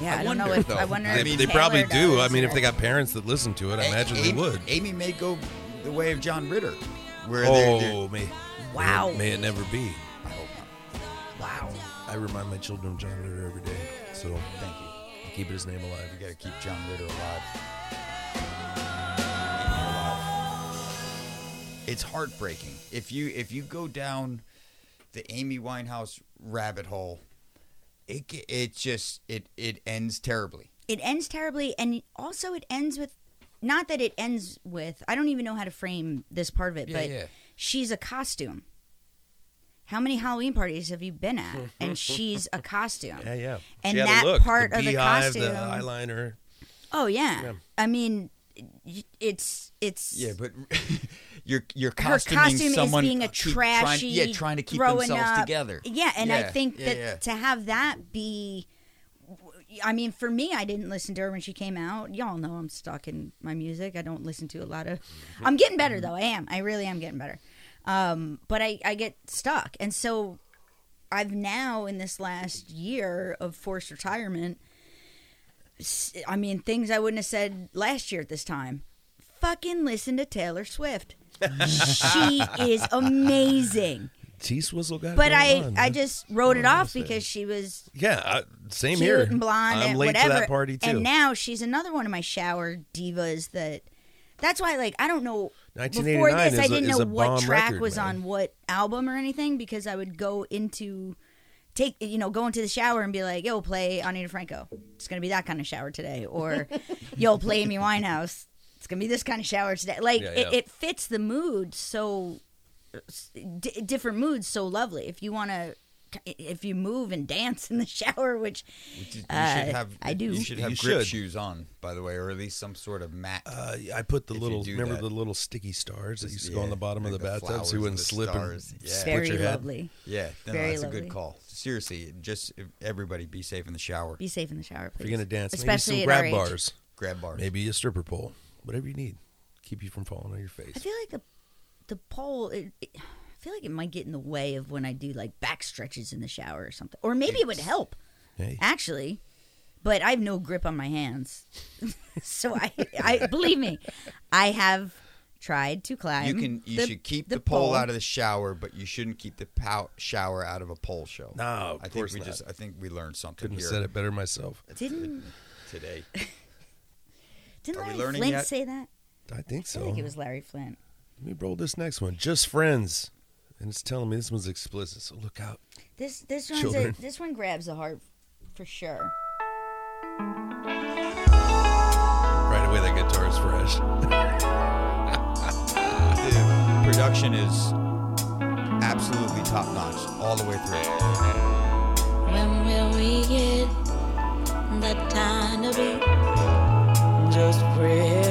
Yeah, I,
I
don't know
wonder,
if I
though.
wonder.
I
They,
if
mean,
they
Taylor
probably do. I
does
mean, if
or-
they got parents that listen to it, I imagine they
Amy,
would.
Amy may go the way of John Ritter, where they're,
Oh,
they're-
may,
Wow.
may it never be.
I hope not.
Wow.
I remind my children of John Ritter every day, so
Thank you.
keep his name alive.
We gotta keep John Ritter alive. It's heartbreaking if you if you go down the Amy Winehouse rabbit hole. It ge- it just it it ends terribly.
It ends terribly, and also it ends with. Not that it ends with. I don't even know how to frame this part of it,
Yeah,
but
yeah.
she's a costume. How many Halloween parties have you been at? And she's a costume.
Yeah, yeah.
And
She had a
that
look, the
part of the
beehive, the
costume.
eyeliner.
Oh yeah.
Yeah.
I mean, y- it's it's
Yeah, but you're you're
her
costuming
costume is
someone uh,
being a
keep
trashy,
trying, yeah, trying to keep
throwing
themselves
up-
together.
Yeah, and I
Yeah,
think
yeah,
that
yeah.
to have that be. I mean, for me, I didn't listen to her when she came out. Y'all know I'm stuck in my music. I don't listen to a lot of.
Mm-hmm.
I'm getting better though. I am. I really am getting better. Um, but I I get stuck, and so I've now in this last year of forced retirement. s- I mean, things I wouldn't have said last year at this time. Fucking listen to Taylor Swift. she is amazing.
Tease Whistle got
But
it
I
on,
I
man.
just wrote it off
honestly.
because she was
Yeah, I, same
cute
here.
and blonde
I'm
and
late
whatever.
to that party too.
And now she's another one of my shower divas that that's why like I don't know before
1989
this I
is a-
didn't
is
know
a
what
bomb
track
record,
was
man.
on what album or anything because I would go into take you know go into the shower and be like yo play Anita Franco it's gonna be that kind of shower today or yo play Amy Winehouse it's gonna be this kind of shower today like
Yeah,
It,
yeah.
it fits the mood so d- different moods so lovely if you want to if you move and dance in the shower which
You should
Uh,
have.
I do.
You should have
You
grip
should.
shoes on, by the way, or at least some sort of mat.
Uh, I put the
If you
little
do
remember
that.
the little sticky stars that used to
Yeah,
go on the bottom of the
like
bathtub
flowers
so you
and
wouldn't
the
slip
stars.
and
Yeah.
split
very
your head.
lovely
Yeah, no,
Very
that's a
lovely.
good call. Seriously, just everybody be safe in the shower.
be safe in the shower please
If you're gonna dance,
especially
maybe
at
some grab
our age.
bars,
Grab bars.
maybe a stripper pole, whatever you need, keep you from falling on your
I
face.
feel like the the pole. It, it- I feel like it might get in the way of when I do like back stretches in the shower or something. Or maybe it would help
Hey,
actually, but I have no grip on my hands, so I I believe me, I have tried to climb.
You can. You
the-
should keep the, pole, out of the shower, but you shouldn't keep the pow- shower out of a pole show.
No, of
I think
course
we
not.
just. I think we learned something
couldn't have
here
said it better myself.
Didn't
today.
didn't
Are we
Larry
learning
Flint
yet?
say that?
I think
I
so.
feel like it was Larry Flint.
Let me roll this next one. Just friends. And it's telling me this one's explicit, so look out.
This this one's a,
Children.
this one grabs the heart for sure.
Right away, that guitar is fresh.
The production is absolutely top notch all the way through.
When will we get that time to be just friends?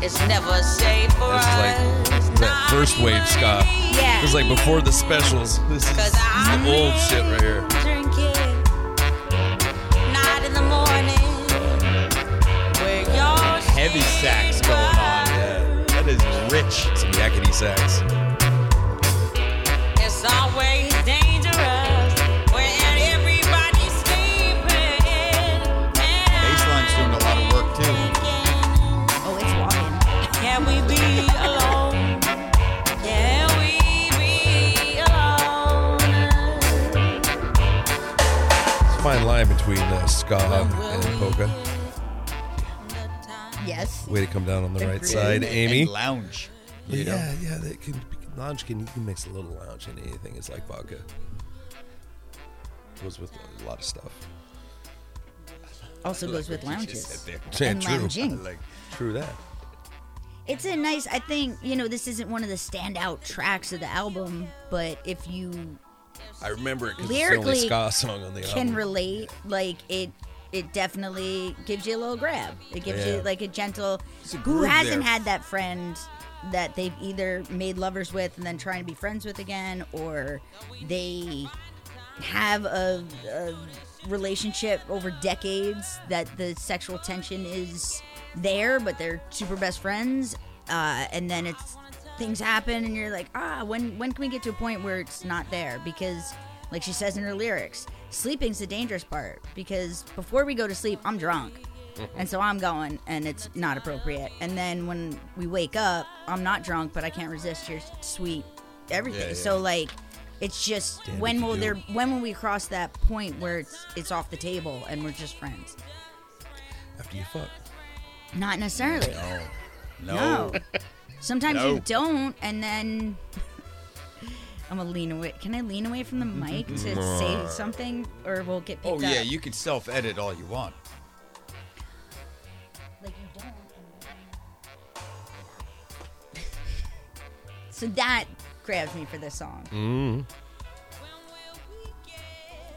It's never safe for
This is like
us.
that first wave ska.
Yeah.
It was like before the specials. This is, this is the old shit right here.
Drinking, not in the morning. Where your
Heavy sax going on.
Yeah.
That is rich.
Some yakety sax.
It's always dangerous when everybody's sleeping.
Bass line's doing a lot of work too.
Can
Oh, it's walking.
we be alone? Can we be alone?
It's a fine line between uh, ska and polka.
Yes.
Way to come down on the right
Agreed.
side, Amy.
And lounge.
But
you know?
yeah, yeah, that can lounge can you can mix a little lounge in anything. It's like vodka. Goes with a lot of stuff.
Also goes with
Like what you just
lounges.
said there.
Yeah,
And
true.
lounging.
Like,
True that.
It's a nice. I think you know this isn't one of the standout tracks of the album, but if you
I remember it because it's the only
Lyrically,
ska song on the
can
album.
relate, like it, it definitely gives you a little grab. It gives you
Yeah.
like a gentle.
It's a
who
groove
hasn't
there.
had that friend that they've either made lovers with and then trying to be friends with again, or they have a, a relationship over decades that the sexual tension is there, but they're super best friends, uh, and then it's things happen, and you're like, ah, when when can we get to a point where it's not there? Because, like she says in her lyrics, sleeping's the dangerous part because before we go to sleep, I'm drunk. And so I'm going, and it's not appropriate. And then when we wake up, I'm not drunk, but I can't resist your sweet everything.
Yeah, yeah.
So like, it's just
Damn if
when
you
will
do.
there when will we cross that point where it's it's off the table and we're just friends?
After you fuck.
Not necessarily.
no. No.
No. Sometimes
No.
you don't, and then I'm gonna lean away. Can I lean away from the mic to say something, or we'll get picked
Mm-hmm. Oh yeah,
up?
you can self edit all you want.
Like you don't. so that grabs me for this song.
Mm.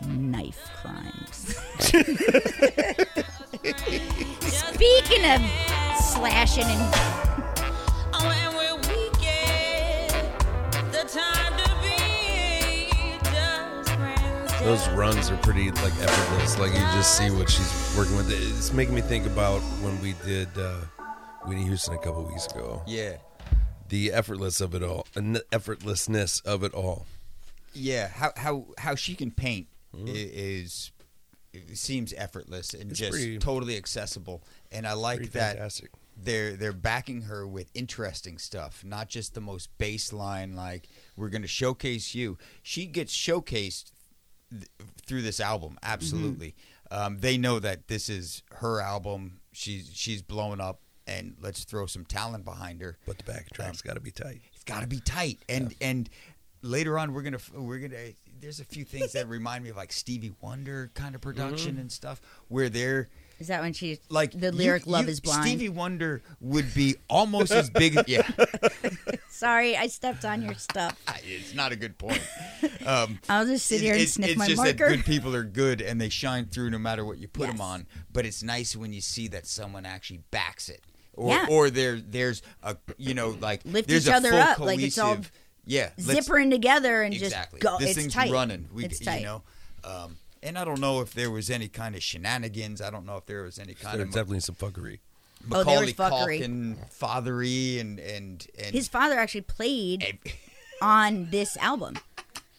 Knife crimes. Speaking of slashing and
When will Oh, we get the time to be just friends?
Those runs are pretty like effortless. Like you just see what she's working with. It's making me think about when we did uh, Whitney Houston a couple weeks ago.
Yeah.
The effortless of it all, and the effortlessness of it all.
Yeah. How how how she can paint i is it seems effortless and
Mm-hmm. It's
just
pretty-
totally accessible. And I
Pretty
like that
fantastic.
they're they're backing her with interesting stuff, not just the most baseline like we're going to showcase you. She gets showcased th- through this album, absolutely.
Mm-hmm.
Um, they know that this is her album. She's she's blowing up, and let's throw some talent behind her.
But the back track's got to be tight.
it's got to be tight and and later on we're gonna we're gonna there's a few things that remind me of like stevie wonder kind of production and stuff where they're
is that when she
like
the
you-
lyric "Love
you-
is blind"?
stevie wonder would be almost as big as yeah
Sorry, I stepped on your stuff.
it's not a good point um
I'll just sit here and
it's,
sniff
it's
my
just
marker.
that good people are good and they shine through no matter what you put them
Yes.
on but it's nice when you see that someone actually backs it or
Yeah.
or there there's a you know like
Lift
there's
each
a
other
full
up, like it's all
cohesive- yeah let's-
Zippering together and
exactly.
just go.
This
it's
thing's
tight.
running. We,
it's
you
tight.
know, um, and I don't know if there was any kind of shenanigans. I don't know if there was any kind
There's
of
definitely some fuckery.
Oh, there was
Macaulay
fuckery.
Culkin fathery and and and e-,
His father actually played
and-
on this album.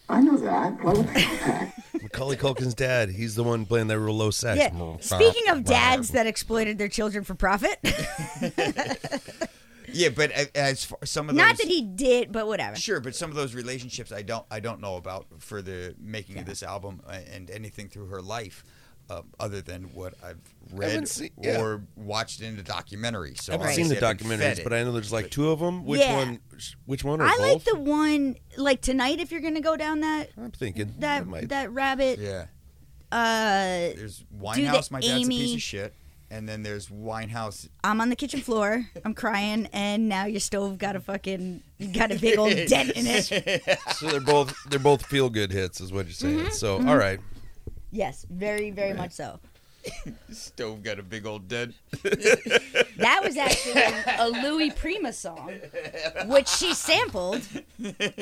I know that. Why would I know that?
Macaulay Culkin's dad. He's the one playing that real low sax.
Yeah. Speaking of dads that exploited their children for profit,
yeah, but a- as far, some of
not
those,
that he did, but whatever.
Sure, but some of those relationships I don't I don't know about for the making of this album and anything uh, through her life. um, other than what I've
haven't
read
seen- yeah.
or watched in a documentary. So
I haven't
Right.
seen the
obviously I've been fed
documentaries,
it.
but I know there's like two of them. Which
Yeah.
one? Which one? Or
I like
both?
the one like tonight if you're gonna go down that
I'm thinking I
that
might-
that rabbit.
yeah.
Uh,
There's Winehouse. My dad's a piece
Amy-
of shit. And then there's Winehouse.
I'm on the kitchen floor. I'm crying, and now your stove got a fucking got a big old dent in it.
so they're both they're both feel good hits, is what you're saying.
Mm-hmm.
So all right,
Yes, very very much so.
Stove got a big old dead.
That was actually a Louis Prima song, which she sampled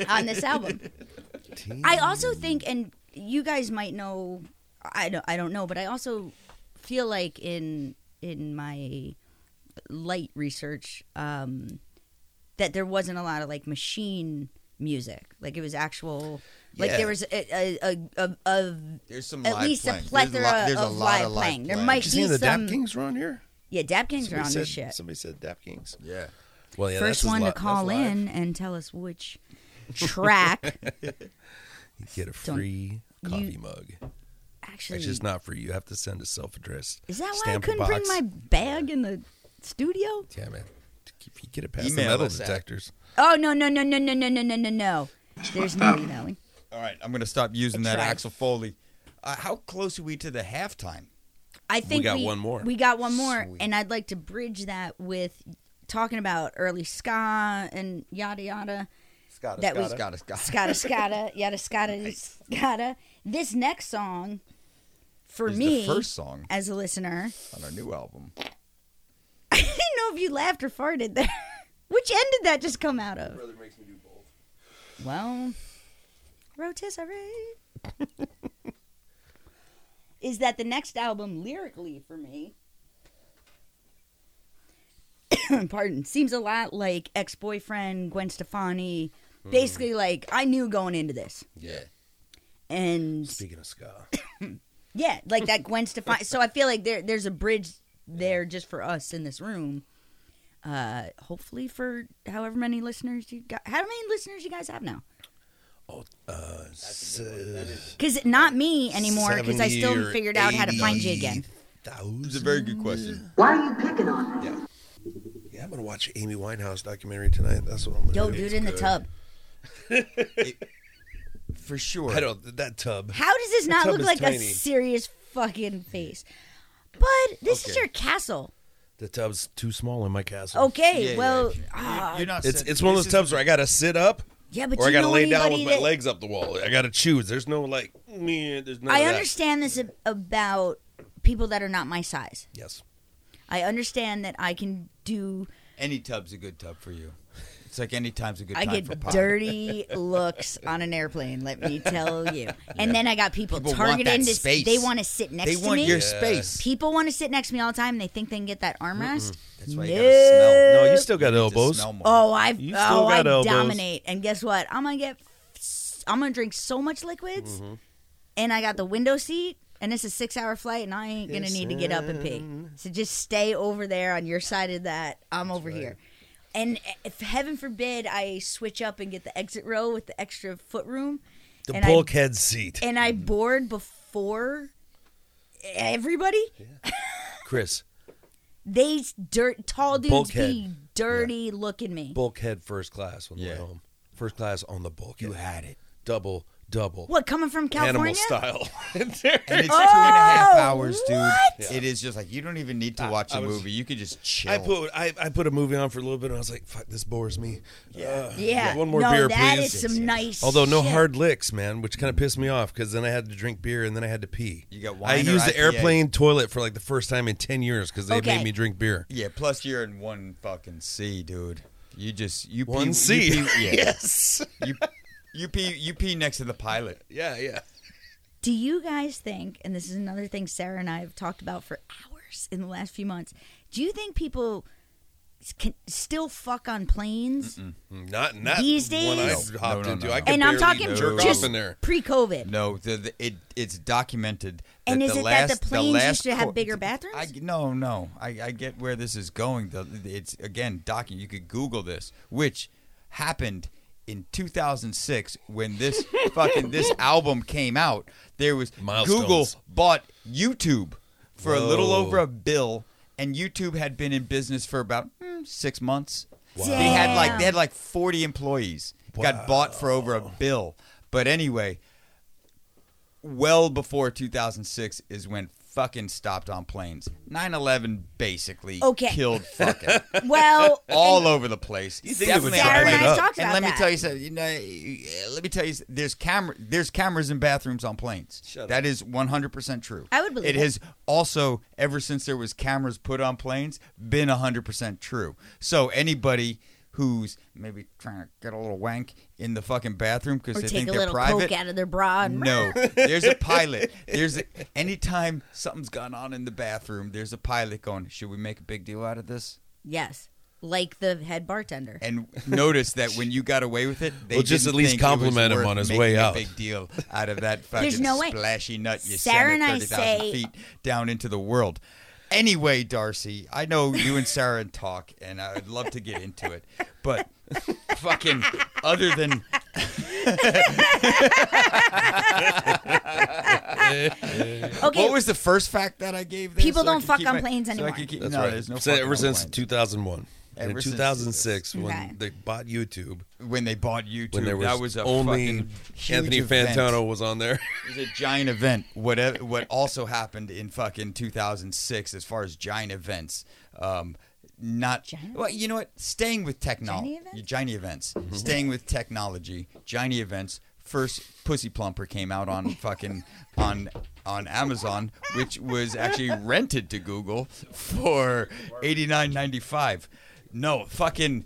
on this album. I also think, and you guys might know, I don't, I don't know, but I also feel like in in my light research um, that there wasn't a lot of like machine music, like it was actual. Like
Yeah.
there was a a, a, a, a
There's some
at
live
least
playing.
a
There's
plethora
lot- there's a
of
lot
live
of live
playing. There
playing.
might
you
be
seen the
some
Dap Kings around here?
yeah, Dap Kings are
Somebody
um, on
said,
this shit.
somebody said Dap Kings.
Yeah.
Well, yeah,
First
that's
one to
live- that's
call
live.
in and tell us which track
You get a free coffee mug.
actually
It's just not free. You have to send a self-addressed.
is that why I
stamp
couldn't bring
box.
my bag in the studio?
Yeah, man. If you get it past
Email
the metal
us at-
detectors,
Oh no no no no no no no no no no. There's no emailing.
All right. I'm going to stop using that
tried.
Axel Foley. Uh, how close are we to the halftime?
I think
got one more.
We got one more, and I'd like to bridge that with talking about early ska and yada yada.
Scotta,
That
that
we-
was Scotta, Scotta.
Scotta Scotta yada Scotta Scotta. This next song, for
Is
me,
the first song
as a listener,
on our new album.
I didn't know if you laughed or farted there. Which end did that just come out of? Well, rotisserie. is that the next album lyrically for me? Pardon. Seems a lot like ex boyfriend Gwen Stefani. Basically, like I knew going into this,
Yeah.
and
speaking of ska,
yeah, like that Gwen Stefani. so I feel like there there's a bridge there just for us in this room. Uh, hopefully for however many listeners you got, how many listeners you guys have now?
oh, uh,
Because not me anymore. Because I still figured out how to find you again.
It's a very good question.
Why are you picking on me?
Yeah, I'm gonna watch Amy Winehouse documentary tonight. That's what I'm gonna
Yo,
do.
dude in the tub.
For sure.
I don't that tub.
How does this not
tub
look
is
like a
tiny.
serious fucking face? But this is
Okay.
your castle.
The tub's too small in my
Oh,
castle.
Yeah,
Okay,
yeah,
well,
yeah.
ah,
You're not.
It's
set-
it's one of
this
those tubs where I gotta sit up
yeah, but
or I
you
gotta
know
lay down with
anybody
my
that-
legs up the wall. I gotta choose. There's no like meh, there's no
I understand this ab- about people that are not my size.
Yes.
I understand that I can do.
is- Any tub's a good tub for you. It's like any time's a good
I
time for
get
pot.
dirty looks on an airplane. Let me tell you. And then I got people,
People want that
targeting. to,
space.
they want to sit next
They
to
want
me.
your space.
People want to sit next to me all the time. and They think they can get that armrest.
That's why you
No.
gotta smell.
No, you still got
need to
elbows.
smell more.
Oh, I
You
oh
still
I
got elbows.
dominate. And guess what? I'm gonna get I'm gonna drink so much liquids, and I got the window seat. And it's a six hour flight, and I ain't gonna need to get up and pee. So just stay over there on your side of that. I'm over here. And if heaven forbid I switch up and get the exit row with the extra foot room,
The
and I-
bulkhead seat.
and I board before everybody,
Chris,
they s- dirt tall dudes be
Bulkhead.
dirty looking me.
bulkhead first class on the way
Yeah.
home. First class on the bulkhead.
You had it.
double, double.
What coming from California?
Animal style. In there.
And it's two and a half
Oh,
hours, dude.
what?
It is just like you don't even need to watch a
I was-
movie. You could just chill.
I put I, I put a movie on for a little bit and I was like, fuck, this bores me. Uh, Yeah.
Yeah.
One more
no,
beer,
that
please.
is some nice.
Although no
shit.
hard licks, man, which kind of pissed me off because then I had to drink beer and then I had to pee.
You got
I
wine or
used the
IPA?
airplane toilet for like the first time in ten years because they
Okay.
made me drink beer.
yeah. Plus, you're in one fucking sea, dude. You just you pee,
One
you
C.
pee- yeah.
yes.
You you pee you pee next to the pilot.
Yeah, yeah.
Do you guys think? And this is another thing Sarah and I have talked about for hours in the last few months. Do you think people s- can still fuck on planes?
Not not
These
One I
days-
hopped
No, no,
into.
no,
I
no.
could
and I'm
barely
talking
jerk
just
off in there.
pre-COVID.
No, the, the, it it's documented. that
And is
the
it
last,
that the planes
last
used to have
cor-
bigger bathrooms?
I, no, no. I, I get where this is going. The, it's again documented. You could Google this, which happened in 2006 when this fucking this album came out, there was Google
Milestones.
bought YouTube for a little
Whoa.
over a bill, and YouTube had been in business for about mm, six months.
Wow.
They had like they
Damn.
had like 40 employees. Got bought for over a bill. But anyway, well before 2006 is when fucking stopped on planes. 9/11 basically
Okay.
killed fucking
Well,
all over the place. You
think they would
Sarah
Right
and I
up.
talked about
and let
that.
me tell you something. You know, eh, let me tell you, s- there's camera, there's cameras in bathrooms on planes.
Shut up.
That is 100 percent true.
I would believe
it
it.
has also ever since there was cameras put on planes been 100 percent true. So anybody who's maybe trying to get a little wank in the fucking bathroom because
or
they
take
think
a
they're
little
private.
coke out of their bra. And
No, there's a pilot. There's a, anytime something's gone on in the bathroom, there's a pilot going. Should we make a big deal out of this?
Yes, like the head bartender.
and notice that when you got away with it, they
Well, just
didn't
at least
think it was
compliment him
worth
on his
making
way
a
out.
Big deal out of that fucking
no way.
splashy nut you
Sarah
sent
and
at
I
thirty thousand
say-
feet down into the world. Anyway, Darcy, I know you and Sarah talk, and I would love to get into it, but fucking other than
Okay,
what was the first fact that I gave? There
People
so I
don't
could
fuck
keep
on
my-
planes
so I
anymore.
could keep-
That's
no,
right.
there's no
So
fucking
ever since
online.
2001. And in
Ever since
2006, when
Okay.
they bought YouTube,
when they bought YouTube,
when there was,
that was a
only
fucking huge
Anthony
event.
Fantano was on there.
It was a giant event. What what also happened in fucking 2006, as far as giant events, um, not
Giant
well. You know what? Staying with
Giant
technology,
events?
giant events, staying with technology, giant events. First, Pussy Plumper came out on fucking on on Amazon, which was actually rented to Google for eighty nine ninety five. No fucking.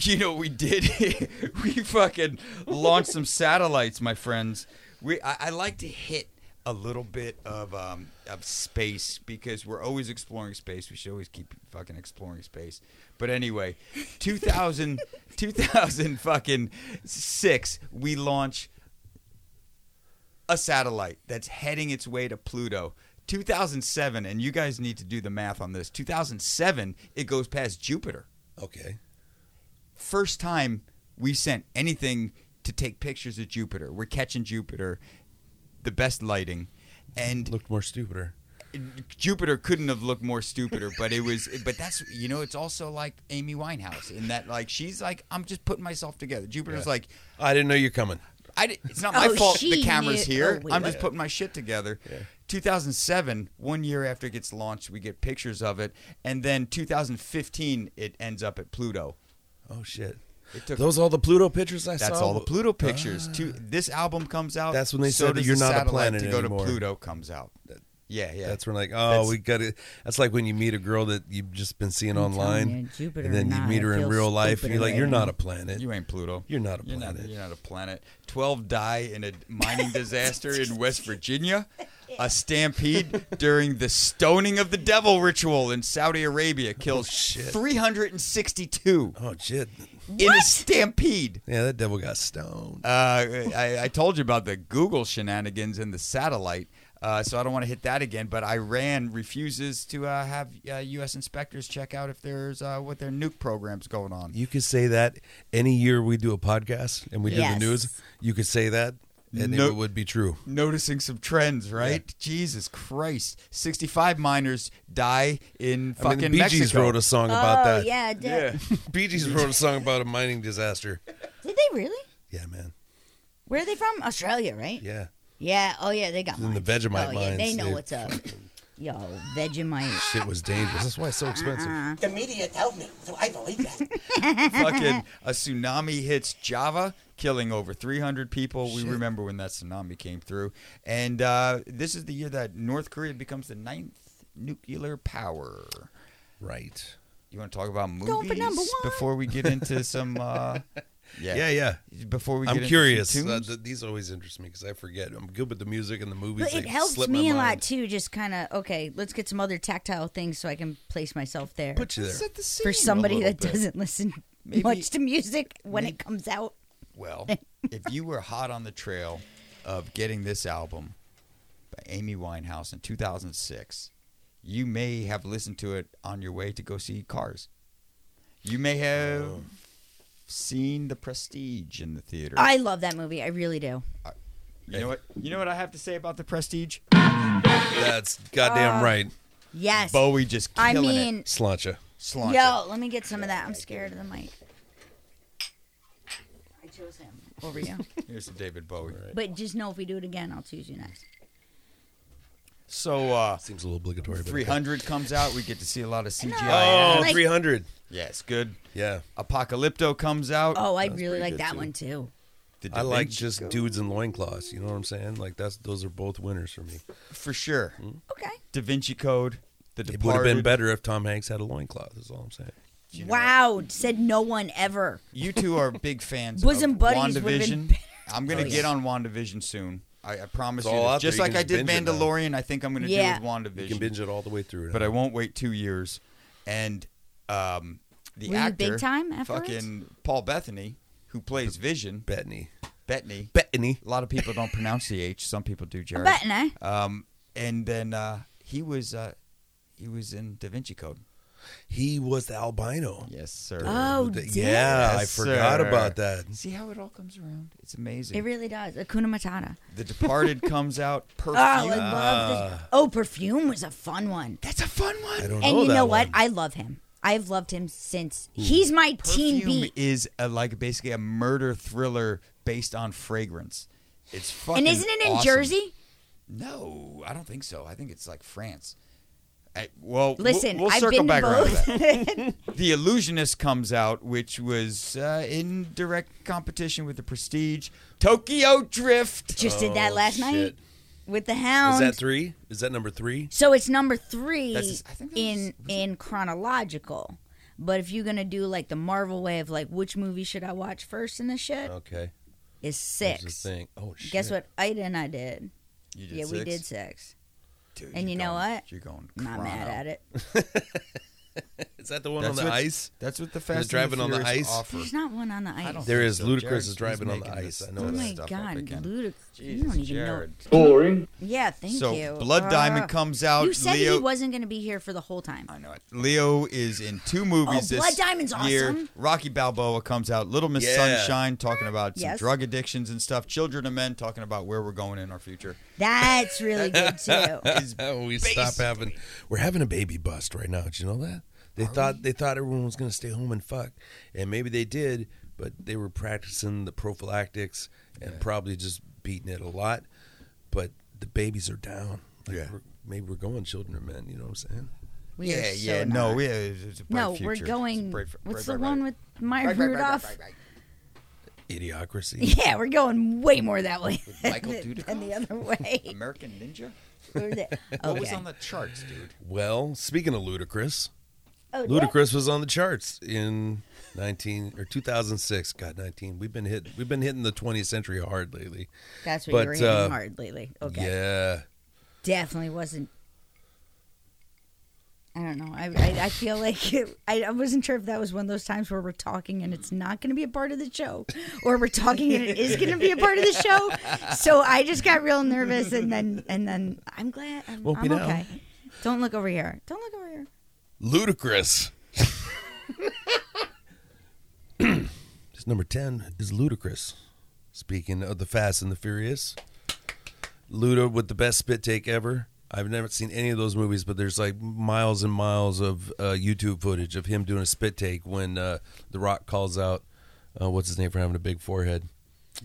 You know what we did? we fucking launched some satellites, my friends. We I, I like to hit a little bit of um, of space because we're always exploring space. We should always keep fucking exploring space. But anyway, 2000, 2000 fucking six, we launch a satellite that's heading its way to Pluto. 2007, and you guys need to do the math on this. 2007, it goes past Jupiter.
Okay.
First time we sent anything to take pictures of Jupiter. We're catching Jupiter, the best lighting, and
Looked more stupider.
Jupiter couldn't have looked more stupider, but it was. But that's you know, it's also like Amy Winehouse in that like she's like I'm just putting myself together. Jupiter's
Yeah.
like
I didn't know you're coming.
I di- it's not my
Oh,
fault
she
the camera's
knew-
here.
oh, wait,
I'm
what?
just putting my shit together. 2007, one year after it gets launched, we get pictures of it, and then 2015, it ends up at Pluto.
Oh shit.
It took
Those all the Pluto pictures I saw.
that's all the Pluto pictures. Two, this album comes out.
Ah. That's when they
so
said that
does
you're
the
not a
satellite
planet
to go
anymore.
to Pluto comes out. Yeah, yeah.
That's when like, oh,
That's-
we got it. That's like when you meet a girl that you've just been seeing
I'm telling you,
online,
Jupiter
and then
or
you
not,
meet
it
her in
feels
real life, and
stupider
you're like,
right
you're
now.
not a planet.
You ain't Pluto.
You're not a
You're not,
planet.
you're not a planet. Twelve die in a mining disaster in West Virginia. A stampede during the stoning of the devil ritual in Saudi Arabia kills
Oh, shit.
362
Oh shit!
in a stampede.
Yeah, that devil got stoned.
Uh, I, I told you about the Google shenanigans and the satellite, uh, so I don't want to hit that again. But Iran refuses to uh, have uh, U.S. inspectors check out if there's uh, what their nuke program's going on.
You could say that any year we do a podcast and we
Yes.
do the news. You could say that, and
No-
it would be true.
noticing some trends, right? Jesus Christ. 65 miners die in
I mean,
fucking
the Bee Gees
Mexico.
wrote a song about
oh
that.
yeah, did,
Bee Gees wrote a song about a mining disaster.
did they really?
Yeah, man.
Where are they from? Australia, right?
Yeah,
Yeah. Oh yeah, they got
In the
mines.
Vegemite
oh, yeah, They
mines,
know
they-
what's up. Yo, Vegemite.
shit was dangerous. That's why it's so expensive.
The media told me, so I believe that.
fucking a tsunami hits Java, killing over 300 people. We remember when that tsunami came through. And uh, this is the year that North Korea becomes the ninth nuclear power.
Right.
You want to talk about
for
movies
number one.
before we get into some uh yeah.
Yeah, yeah.
Before we get
I'm
into some
curious.
tunes?
Uh, th- these always interest me because I forget. I'm good with the music and the movies.
But it
They
helps
slip
me
my
a lot
mind.
too. Just kind of okay. Let's get some other tactile things so I can place myself there
Put you there.
Set the scene
for
a
somebody
little
that
bit.
doesn't listen
Maybe-
much to music when
maybe-
it comes out.
Well, if you were hot on the trail of getting this album by Amy Winehouse in 2006, you may
Oh.
have listened to it on your way to go see Cars. You may have seen The Prestige in the theater.
I love that movie. I really do.
you know what? You know what I have to say about The Prestige?
That's goddamn right,
Yes.
Bowie just
I
killing
mean,
it.
Slancha.
Slaunch
yo, let me get some of that. I'm scared of the mic. I chose him over you.
it. Here's some David Bowie.
but just know if we do it again, I'll choose you next.
So uh,
Seems a little obligatory. but-
300 comes out. We get to see a lot of CGI.
Oh,
Like-
300.
Yes, good.
Yeah.
Apocalypto comes out.
Oh, I
That's
really like
pretty good,
that
too.
one too.
The Da
I like
Vinci
just dudes in loincloths. You know what I'm saying? Like that's those are both winners for me.
for sure.
Mm.
Okay.
Da Vinci Code. The
It would have
Departed.
been better if Tom Hanks had a loincloth. Is all I'm saying.
wow. Said no one ever.
You two are big fans
Bosom
of
buddies would've been
WandaVision.
better.
I'm gonna
Oh, yeah.
get on WandaVision soon. I, I promise
It's
you.
all
this.
out there.
Just
You
like
can
I
just
did
binge it now.
Mandalorian, I think I'm gonna
Yeah.
do with
You
WandaVision.
can binge it all the way through.
but I won't wait two years. And um, the
Were you
actor,
big time afterwards?
fucking Paul Bethany, who plays Vision,
Bettany.
Bethany.
Bettany.
A lot of people don't pronounce the H. Some people do, Jared.
Betting, eh?
Um, and then uh, he was uh, he was in Da Vinci Code.
He was the albino.
Yes, sir.
Oh,
The-
damn.
yeah,
Yes,
I forgot
sir.
about that.
See how it all comes around? It's amazing.
It really does. Akuna Matata.
the Departed comes out.
Oh,
Perfume.
I love this. Oh, Perfume was a fun one.
That's a fun
I
one.
don't
And
know
you
Oh, that
know what?
one.
I love him. I've loved him since he's my teen
Perfume
beat.
is a, like basically a murder thriller based on fragrance. It's
And
fucking.
isn't it in
awesome.
Jersey?
No, I don't think so. I think it's like France. I, well, we'll-
Listen,
we'll,
I've
circle
been
back around to
both.
that. The Illusionist comes out, which was uh, in direct competition with the Prestige. Tokyo Drift.
Just did that
Oh,
last
shit.
night with the
Is
hound.
that three? Is that number three?
So it's number three
That's just- I think that
in
was-
in chronological. But if you're gonna do like the Marvel way of like which movie should I watch first in the shit
Okay.
is
There's
six.
Oh, the thing. Oh shit.
Guess what? Ida and I did.
You
yeah, we
six?
did six.
Dude,
And
you're
you know
going-
what?
You're going.
I'm not mad at it.
Is that the one
That's
on the
what-
ice?
That's what the fast
driving
and
on
the
the
Furious
ice?
Offer.
There's not one on the ice.
don't
There is.
So,
Ludacris
Jared,
is driving
he's
on the
making
ice.
this
I know
Oh
stuff
my
up
god,
again.
ludicrous! you
Jesus,
don't even
Jared.
Boring.
know. Yeah, thank
so
you.
Blood
Uh,
Diamond comes out.
You said
Leo,
he wasn't gonna be here for the whole time.
I know it. Leo is in two movies
Oh,
this
Blood Diamond's
year.
awesome.
Rocky Balboa comes out. Little Miss
Yeah.
Sunshine talking about some
Yes.
drug addictions and stuff. Children of Men talking about where we're going in our future.
That's really good too.
Is
Oh, we stop having. We're having a baby bust right now. Did you know that? They thought they thought everyone was going to stay home and fuck, and maybe they did, but they were practicing the prophylactics and probably just beating it a lot. But the babies are down. Like
Yeah.
we're, maybe we're going children or men. You know what I'm saying?
We are
yeah,
so
yeah,
not.
no, yeah, it's, it's a bright
No, we're
future.
going.
It's bright- bright,
what's
bright,
the
bright.
one with Maya
Right, right, right,
Rudolph?
right, right,
Idiocracy.
Yeah, we're going way more that way.
Michael
than-
Dudikoff?
than the other
right.
way.
American Ninja.
Or the-
What was
okay.
on the charts, dude?
well, speaking of ludicrous,
Oh, yeah.
Ludacris was on the charts in 19 or 2006. God, 19. We've been hit. We've been hitting the 20th century hard lately.
That's what
but,
you were hitting
uh,
hard lately. Okay,
Yeah.
definitely wasn't. I don't know. I I, I feel like it, I, I wasn't sure if that was one of those times where we're talking and it's not going to be a part of the show, or we're talking and it is going to be a part of the show. So I just got real nervous, and then and then I'm glad I'm,
Won't be
I'm
now.
okay. Don't look over here. Don't look over here.
Ludicrous. His number 10 is Ludicrous. Speaking of the Fast and the Furious, Luda with the best spit take ever. I've never seen any of those movies, but there's like miles and miles of uh, YouTube footage of him doing a spit take when uh, The Rock calls out, uh, what's his name for having a big forehead?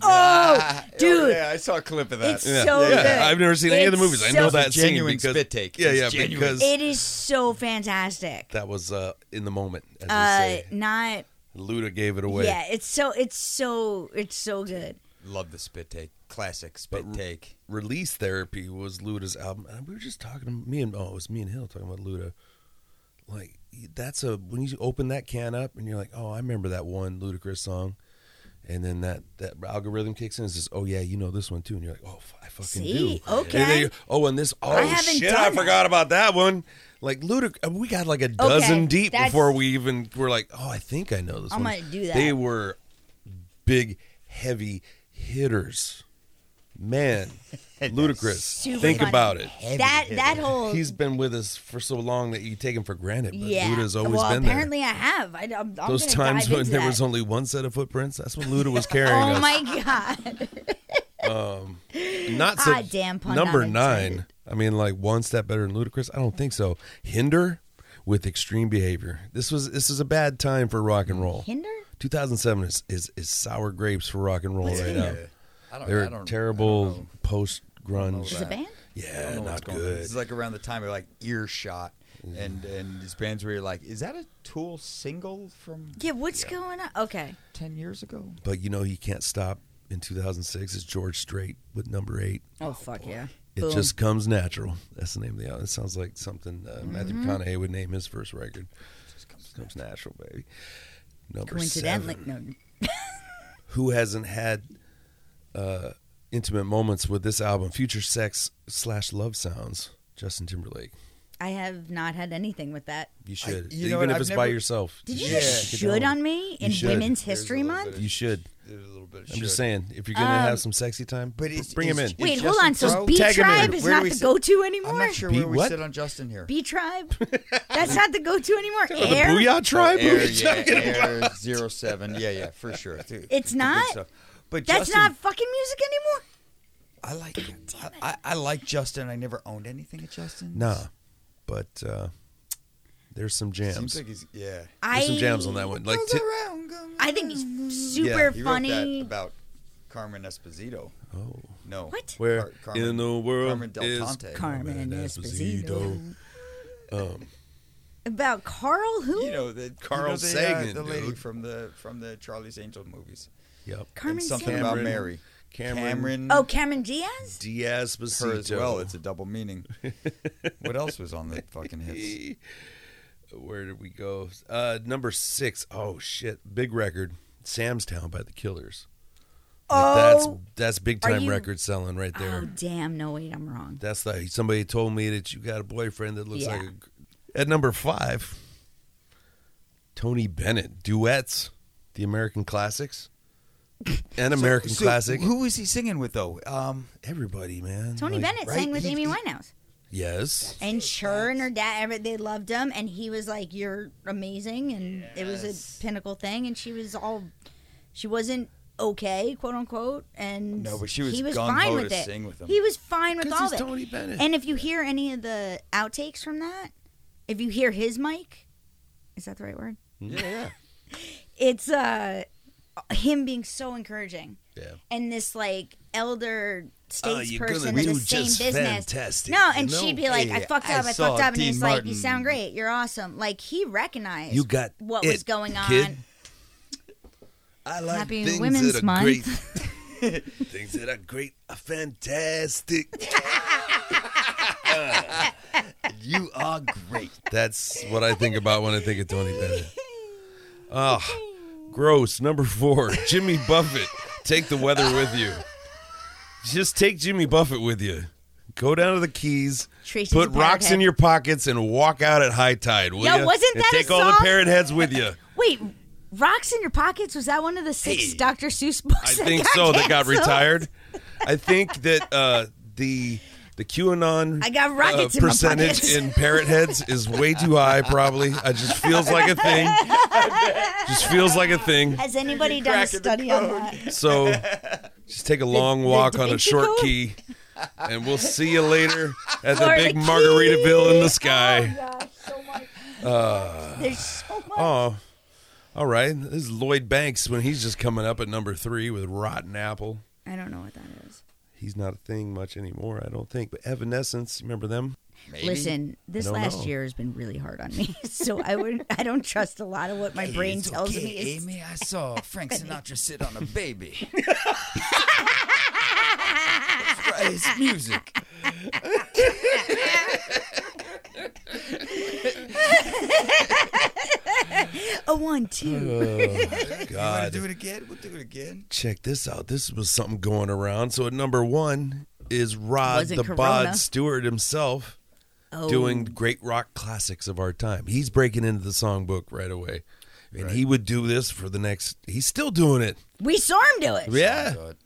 Oh, dude.
yeah, I saw a clip of that.
It's so
yeah,
good.
I've never seen any of the
It's
movies. I
so-
know that scene
genuine
because-
spit take.
Yeah,
It's
yeah,
genuine.
because
It is so fantastic.
that was uh, in the moment. As they
Uh,
say.
not
Luda gave it away.
yeah. It's so it's so it's so good.
Love the spit take. Classic spit
But-
take.
Release Therapy was Luda's album. And we were just talking to me and oh, it was me and Hill talking about Luda. Like that's a when you open that can up and you're like, oh, I remember that one Ludacris song, and then that that algorithm kicks in and says, oh yeah, you know this one too, and you're like, oh, f- I fucking
See?
do. And
Okay.
then you- oh, and this. Oh
I haven't
shit,
done
I
that.
forgot about that one. Like Ludac, we got like a dozen deep
that's-
before we even were like, oh, I think I know this.
I'm
one.
gonna do that.
They were big, heavy hitters. Man, ludicrous.
Super
Think
funny.
about it.
that that whole
He's been with us for so long that you take him for granted. But
yeah.
Luda's always
well,
been
apparently I have. I, am
there. Those times when there was only one set of footprints, that's when Luda was carrying
Oh
us.
my god!
Not so,
Ah, damn pun,
number
not
nine.
intended.
I mean, like one step better than Ludacris. I don't think so. Hinder with extreme behavior. This was this is a bad time for rock and roll.
Hinder?
2007 is, is, is sour grapes for rock and roll right now.
I don't, I
They're
don't, I don't
terrible
know.
post grunge.
She's a band.
I don't
Yeah,
know what's
not
going on. This
good. Mm.
is like around the time of like earshot and and these bands where you're like, is that a Tool single from
Yeah, what's going on? Okay,
ten years ago?
But you know, he can't stop in 2006 is George Strait with number eight.
Oh, fuck yeah.
It
Boom.
just comes natural. That's the name of the album. It sounds like something uh, Matthew
Mm-hmm.
McConaughey would name his first record. Just comes, natural, baby. Number
coincidentally.
seven.
No,
Who hasn't had uh, intimate moments with this album? Future Sex slash Love Sounds. Justin Timberlake.
I have not had anything with that.
You should,
you know
even
what,
if
I've
it's by
never-
yourself.
Did
you
you
Yeah.
just
should
should
download
on me in
You should.
Women's
There's a
History
little
Month? Um,
bit
it. You should.
There's a little bit of
I'm just
should.
saying, if you're gonna have some sexy time,
But it's,
bring him in.
it's-
Wait,
it's
hold
Justin
on. So
Timberlake.
B
tag him in.
Tribe is
Where do
not
we
the
sit?
go to
I'm
anymore.
not sure
Be
where we
what?
sit on Justin here.
B Tribe? That's not the go to anymore.
the
Air?
Booyah Tribe.
Air,
What are you
yeah,
talking about?
Air 07. Yeah, yeah, for sure. Dude,
It's
good
not?
stuff. But
That's
Justin,
not fucking music anymore?
I like. I, I like Justin. I never owned anything at Justin.
Nah, but uh, there's some
Seems
jams.
like he's yeah.
I,
There's some jams on that one. Like
Goes
ti-
around, goes
I think
around.
he's super
He wrote that
funny.
about Carmen Esposito.
oh,
No.
What?
where
Car-
in the world
Carmen Del
is
Conte.
Carmen Esposito.
Um,
About Carl who?
You know the
Carl
you know, the, uh,
Sagan,
the lady
dude.
from the from the Charlie's Angel movies.
yep.
And
Carmen
something
Sagan.
about
Cameron-
Mary.
Cameron-
Oh, Cameron Diaz?
Diaz
her as well. It's a double meaning. what else was on the fucking hits?
where did we go? Uh, number six. Oh shit! Big record. Sam's Town by the Killers.
Oh.
that's that's big
Are
time
you-
record selling right there.
Oh, damn. No, wait, I'm wrong.
That's like somebody told me that you got a boyfriend that looks
Yeah.
like a. gr- At number five, Tony Bennett duets, the American classics, and American
So- so
classic.
Who was he singing with though? Um,
Everybody, man.
Tony
Like,
Bennett
right?
sang with
He-
Amy
he-
Winehouse.
Yes,
And sure, and her dad, every- they loved him, and he was like, "You're amazing," and it was a pinnacle thing. And she was all, she wasn't okay, quote unquote, and
No, but she was
he was
gung-ho
fine
to
with it.
sing with him.
He was fine with
'Cause
all
he's
of it.
Tony Bennett.
And if you hear any of the outtakes from that, if you hear his mic, is that the right word?
yeah, yeah.
It's uh him being so encouraging,
yeah.
and this like elder
Oh,
statesperson
you're gonna
in the
do
same
just
business.
fantastic.
No,
you
and
know?
she'd be like, "I
Hey,
fucked
I
up, I,
saw
fucked up," and
Dean
he's like,
Martin.
"You sound great, you're awesome." Like he recognized
"You got
what
it,
was going on.
kid. I like
Happy
things
Women's
that are
Month.
great. things that are great are fantastic.
You are great.
That's what I think about when I think of Tony Bennett. Ah, gross. Number four, Jimmy Buffett. Take the weather with you. Just take Jimmy Buffett with you. Go down to the Keys,
Tracy's a
put
parrot
rocks in
head.
your pockets, and walk out at high tide. Will
Yo,
ya?
wasn't
And
that a
take all the
song?
parrot heads with you.
Wait, rocks in your pockets was that one of the six
Hey.
Dr. Seuss books?
I
that
think
got
so. That got
canceled?
retired. I think that uh, the the QAnon uh,
I got rockets in my
percentage
pockets.
in parrot heads is way too high. Probably, it just feels like a thing. just feels like a thing.
Has anybody done a study on that?
So, just take a long
the
walk
Da
on a
Vinci
short
Code?
key, and we'll see you later at the
Or
big
the Oh, key.
Margaritaville in the sky.
Gosh, so much. There's so much.
Oh, all right. This is Lloyd Banks when he's just coming up at number three with Rotten Apple.
I don't know what that is.
he's not a thing much anymore, I don't think. But Evanescence, you remember them?
Maybe.
Listen, this
don't
last
know.
year has been really hard on me, so I would I don't trust a lot of what my brain
It's
tells
okay,
me. Is,
Amy, I saw Frank Sinatra sit on a baby. It's music.
a one,
Uh,
two.
Want to
God,
do it again? We'll do it again.
check this out. This was something going around. So at number one is Rod
Wasn't
the
Corona.
Bod Stewart himself
Oh.
doing great rock classics of our time. He's breaking into the songbook right away. And he would do this for the next. He's still doing it.
We saw him do it.
Yeah.
But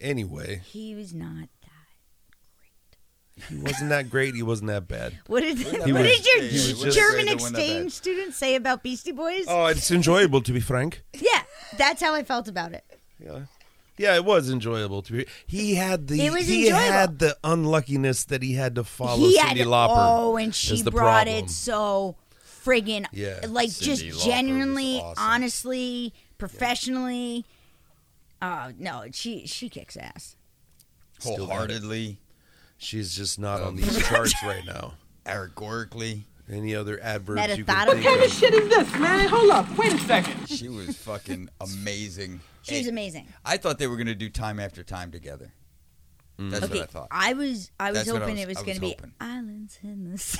Anyway,
He was not that.
he wasn't that great. He wasn't that bad.
What did
He
what
was-
did your
he was
just-
German
They went that
exchange
bad.
student say about Beastie Boys?
Oh, it's enjoyable to be frank.
Yeah, that's how I felt about it.
Yeah. Yeah, it was enjoyable to be. He had the
It was
he
enjoyable.
had the unluckiness that he had to follow
he
Cindy
had,
Lauper.
Oh, and she
is the
brought
problem.
it so friggin'
Yeah,
like
Cyndi Lauper
just
was
genuinely,
awesome.
honestly, professionally. Oh no, she she kicks ass.
Still got it.
wholeheartedly,
She's just not
Oh,
on these charts right now.
allegorically.
Any other adverbs you
Metathodical.
can
What kind of
think of?
shit is this, man? Hold up. Wait a second.
She was fucking amazing.
She was amazing.
I thought they were gonna do time after time together.
Mm.
That's
okay,
what I thought.
was I was
That's what I
hoping
was-
it was
I
going
was
to be
hoping.
Islands in the Sea.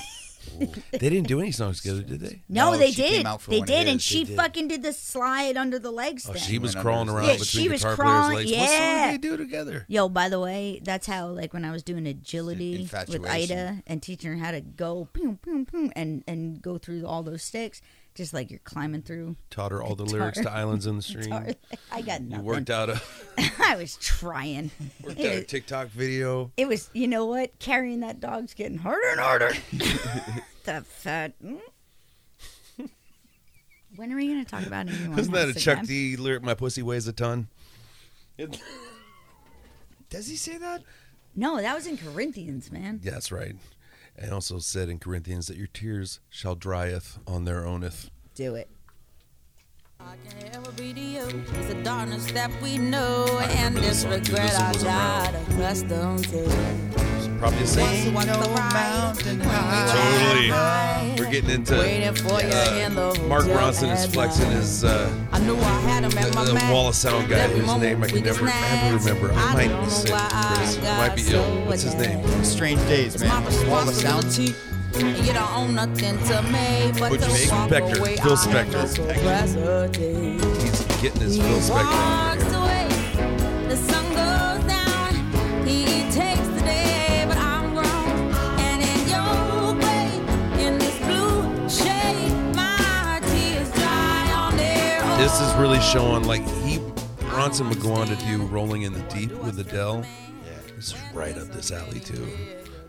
They didn't do any songs together, did they?
No,
No,
they
she came
did.
out for
They
one of
did, and
his.
she
They did.
fucking did the slide under the legs
Oh,
thing.
she was
Went
crawling
under
around
his-
Yeah,
between
she was
guitar
crawling-
players' legs. What song
yeah.
did they do together?
Yo, by the way, that's how like when I was doing agility with
Infatuation.
Ida and teaching her how to go boom boom boom and and go through all those sticks, just like you're climbing through.
Taught her all the
Guitar.
lyrics to Islands in the Stream.
Sorry, I got
You
nothing.
worked out a
I was trying.
worked out a
It,
TikTok video.
it was, you know what? Carrying that dog's getting harder and harder. the fat. mm. When are we going to talk about anyone?
Isn't that a
else
Chuck
again?
D lyric? My pussy weighs a ton.
Does he say that?
No, that was in Corinthians, man.
Yeah, that's right. And also said in Corinthians that your tears shall dryeth on their owneth.
Do it.
I can ever be to you is the darkness that we know, and
remember
this
this song, too. This one
regret I
was
got
around.
accustomed to.
It's probably the same.
Once no mountain high.
We're getting into uh,
Waiting for you in the
Mark
hotel
Ronson is
at
flexing
night.
his uh,
I knew I had him at
the,
my
the
back.
wall of sound guy
Every
whose
moment
name I
we
can never
snapped.
ever remember. I
I
might
don't
be
know
sick,
why I
Chris. I
got
might be
so
ill. What's his
attached.
name?
Strange days,
It's my
man. Wall of sound.
responsibility. And you don't own nothing to me but
Butch
to
Vig?
walk
Spector.
away.
Phil
I
Spector.
have no capacity.
He's getting his Phil
He walks
Spector.
away, the sun goes down, he takes the day, but I'm grown. And in your way, in this blue shade, my tears dry on their own.
This is really showing like he Ronson would go on to do "Rolling in the Deep" with Adele.
Yeah.
This is right up this alley too.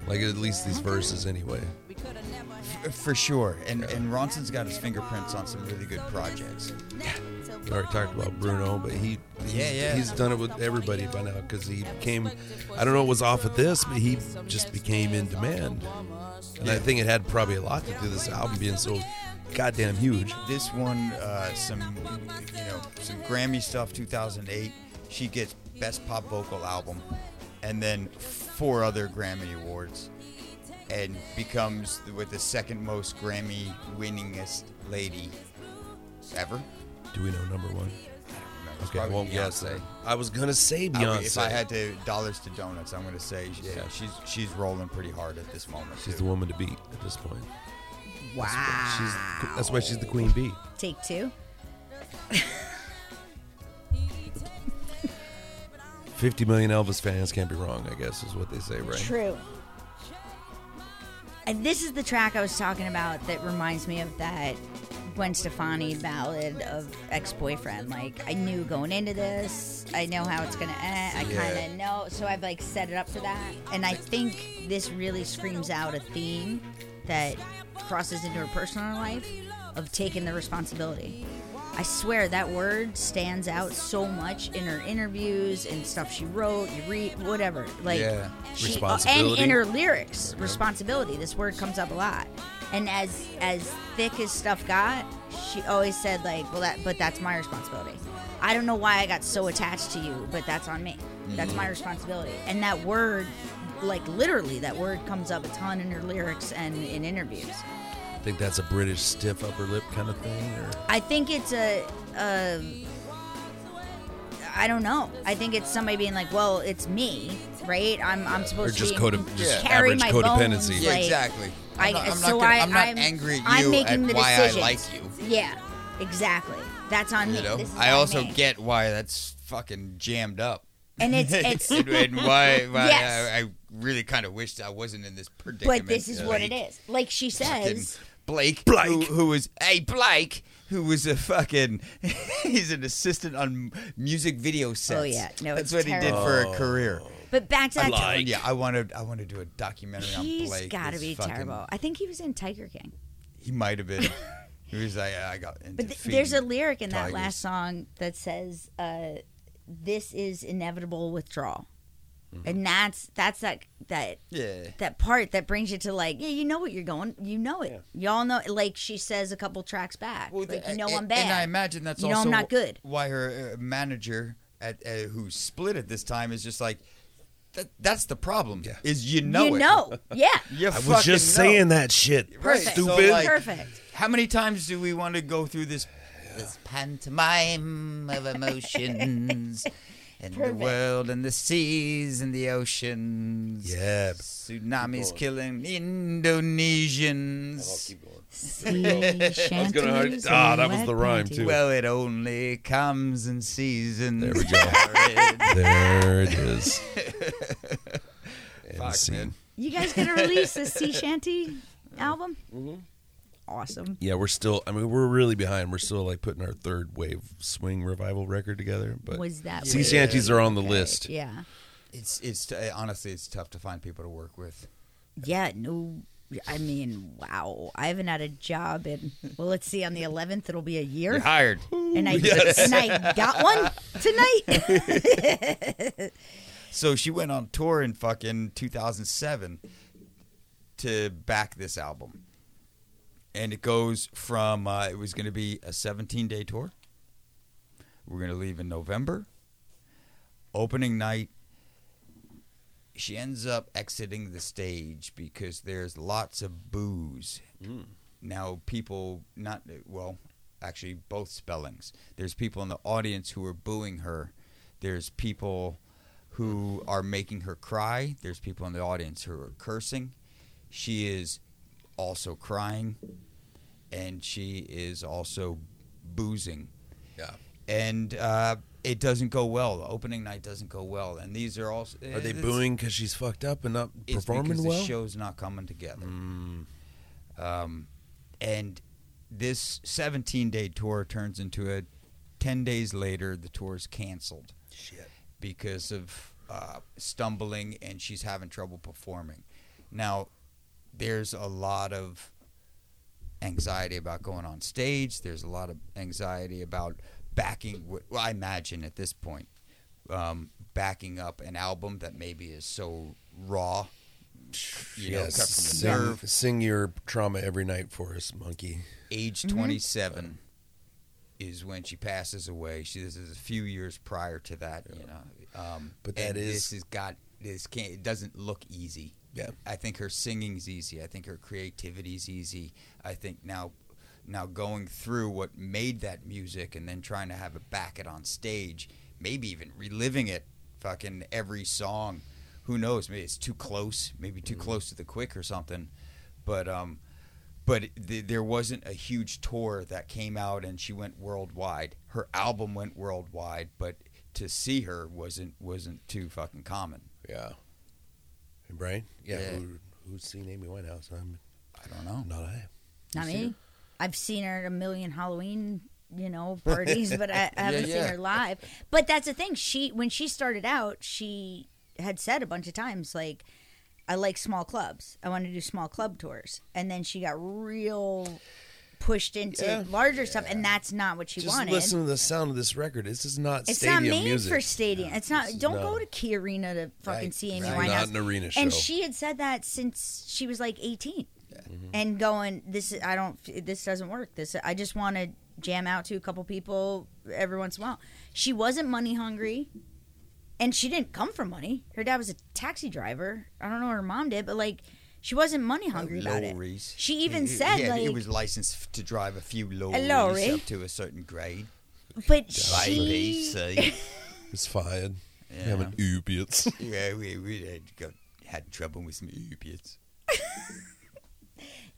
Like at least these verses anyway.
We could've never had
For sure. And and Ronson's got his fingerprints on some really good projects.
We already talked about Bruno, but he, he's,
Yeah, yeah.
he's done it with everybody by now because he became, I don't know, it was off of this, but he just became in demand. And I think it had probably a lot to do with this album being so goddamn huge.
This one, uh, some you know, some Grammy stuff, 2008. She gets Best Pop Vocal Album, and then four other Grammy awards, and becomes with the second most Grammy winningest lady ever.
Do we know number one?
It's
Okay, I
probably
won't guess.
Beyonce.
I was gonna say
I
Beyonce.
would- if I had to dollars to donuts, I'm going to say yeah,
Yeah.
she's she's rolling pretty hard at this moment.
she's the
too.
woman to beat at this point.
Wow.
She's that's why she's the queen bee.
Take two.
Fifty million Elvis fans can't be wrong. I guess is what they say, right?
True. And this is the track I was talking about that reminds me of that Gwen Stefani ballad of ex boyfriend. Like, I knew going into this, I know how it's going to end. I
Yeah.
kind of know. So I've like set it up for that. And I think this really screams out a theme that crosses into her personal life of taking the responsibility. I swear that word stands out so much in her interviews and stuff she wrote, you read, whatever. Like,
Yeah.
she, uh, and
Responsibility.
in her lyrics responsibility this word comes up a lot and as as thick as stuff got she always said like well that but that's my responsibility i don't know why i got so attached to you but that's on me that's
Mm-hmm.
my responsibility and that word like literally that word comes up a ton in her lyrics and in interviews
I think that's a British stiff upper lip kind of thing. Or
i think it's a, a I don't know. I think it's somebody being like, "Well, it's me, right? I'm, I'm supposed
just
to be,
codep- just
carry
average
my
codependency.
bones,
yeah,
like-
exactly. I'm
I,
not, I'm
so
not, gonna,
I,
I'm not
am
angry at you
I'm making
at
the
why
decisions.
I like you.
Yeah, exactly. That's on
You
me.
know,
This is
I
on
also
me.
get why that's fucking jammed up,
and it's it's.
and, and why, why
Yes.
I, I really kind of wished I wasn't in this predicament.
but this is what it is. Like she
Fucking
says,
Blake,
Blake.
who, who is hey Blake, who was a fucking he's an assistant on music video sets.
Oh, yeah. No, it's
that's what he did for a
terrible.
career.
But back to
I
that.
lied.
And yeah, I want to. I want to do a documentary on
He's
Blake.
got to
this
be
fucking-
terrible. I think he was in Tiger King.
He might have been. he was like, I got. Into
But th- there's a
feeding
lyric in that
tigers."
last song that says, uh, "This is inevitable withdrawal,"
Mm-hmm.
and that's that's that that
Yeah.
that part that brings you to like, yeah, you know what you're going, you know it, y'all know. Like she says a couple tracks back, like you know
uh, and,
I'm bad.
And I imagine that's
You know
also
I'm not good.
Why her uh, manager at uh, who split at this time is just like, that, that's the problem.
Yeah.
Is you know
you
it.
know, yeah,
You
I was
fucking
just
know.
saying that shit.
Right.
perfect,
So,
Stupid.
like,
perfect.
How many times do we want to go through this?
this pantomime of emotions and the
Perfect.
world and the seas and the oceans.
Yeah.
Tsunamis
Keep
killing Indonesians.
I
was gonna hurt- Ah, that was the rhyme, too.
Well, it only comes in seasons.
There we go. there it is. And
Fuck,
scene.
man.
You guys gonna release a sea shanty album? Awesome.
Yeah, we're still. I mean, we're really behind. We're still like putting our third wave swing revival record together. But
Was that
sea
what-
shanties are on the list.
Yeah,
It's it's uh, honestly it's tough to find people to work with.
yeah. No, I mean, wow. I haven't had a job in. Well, let's see. On the 11th, it'll be a year.
Hired.
and I and I got one tonight.
So she went on tour in fucking 2007 to back this album. And it goes from, uh, it was going to be a 17 day tour. We're going to leave in November. Opening night, she ends up exiting the stage because there's lots of booze. Now, people, not, well, actually, both spellings. There's people in the audience who are booing her, there's people who are making her cry, there's people in the audience who are cursing. She is also crying, and she is also boozing
Yeah.
and uh, it doesn't go well. The opening night doesn't go well, and these are all.
Are they booing because she's fucked up and not
It's
performing
because
well? Mm. Hmm.
the show's not coming together. Um, and this 17-day tour turns into a 10 days later. The tour is canceled
Shit.
because of uh, stumbling, and she's having trouble performing. Now, there's a lot of anxiety about going on stage. There's a lot of anxiety about backing. Well, I imagine at this point, um, backing up an album that maybe is so raw. You know,
Yes.
cut from the
Sing,
nerve.
sing your trauma every night for us, monkey.
Age 27 is when she passes away. She this is a few years prior to that. You know, um,
But
and
that is-
this has got this can't. It doesn't look easy.
Yeah.
I think her singing's easy. I think her creativity's easy. I think now now going through what made that music and then trying to have it back it on stage, maybe even reliving it fucking every song. Who knows? Maybe it's too close, maybe
Mm-hmm.
too close to the quick or something. But um but th- there wasn't a huge tour that came out and she went worldwide. Her album went worldwide, but to see her wasn't wasn't too fucking common.
Yeah. And Brian? Yeah.
Yeah.
Who, who's seen Amy Winehouse? I'm
I don't know.
not I.
Not me. I've seen her at a million Halloween, you know, parties, but I, I haven't
yeah.
seen her live. But that's the thing. She when she started out, she had said a bunch of times like. I like small clubs. I want to do small club tours. And then she got real pushed into
Yeah.
larger stuff, and that's not what she
Just
wanted.
listen to the sound of this record. This is not
It's
stadium
not made
music.
for stadium. it's not.
This is
Don't
not-
go to Key Arena to fucking
Right,
see Amy
right.
Winehouse.
Not an arena
And
show.
she had said that since she was like 18,
Mm-hmm.
and going, "This I don't. This doesn't work. This I just want to jam out to a couple people every once in a while." She wasn't money hungry, and she didn't come from money. Her dad was a taxi driver. I don't know what her mom did, but like. She wasn't money hungry
Oh,
about it.
Lorries.
She even
It- it-
said,
yeah,
like,
it was licensed f- to drive a few lorries
lorry.
up to a certain grade.
but
A, B,
she,
C.
It's fine.
Yeah.
Having opiates.
yeah, we, we had, got, had trouble with some opiates.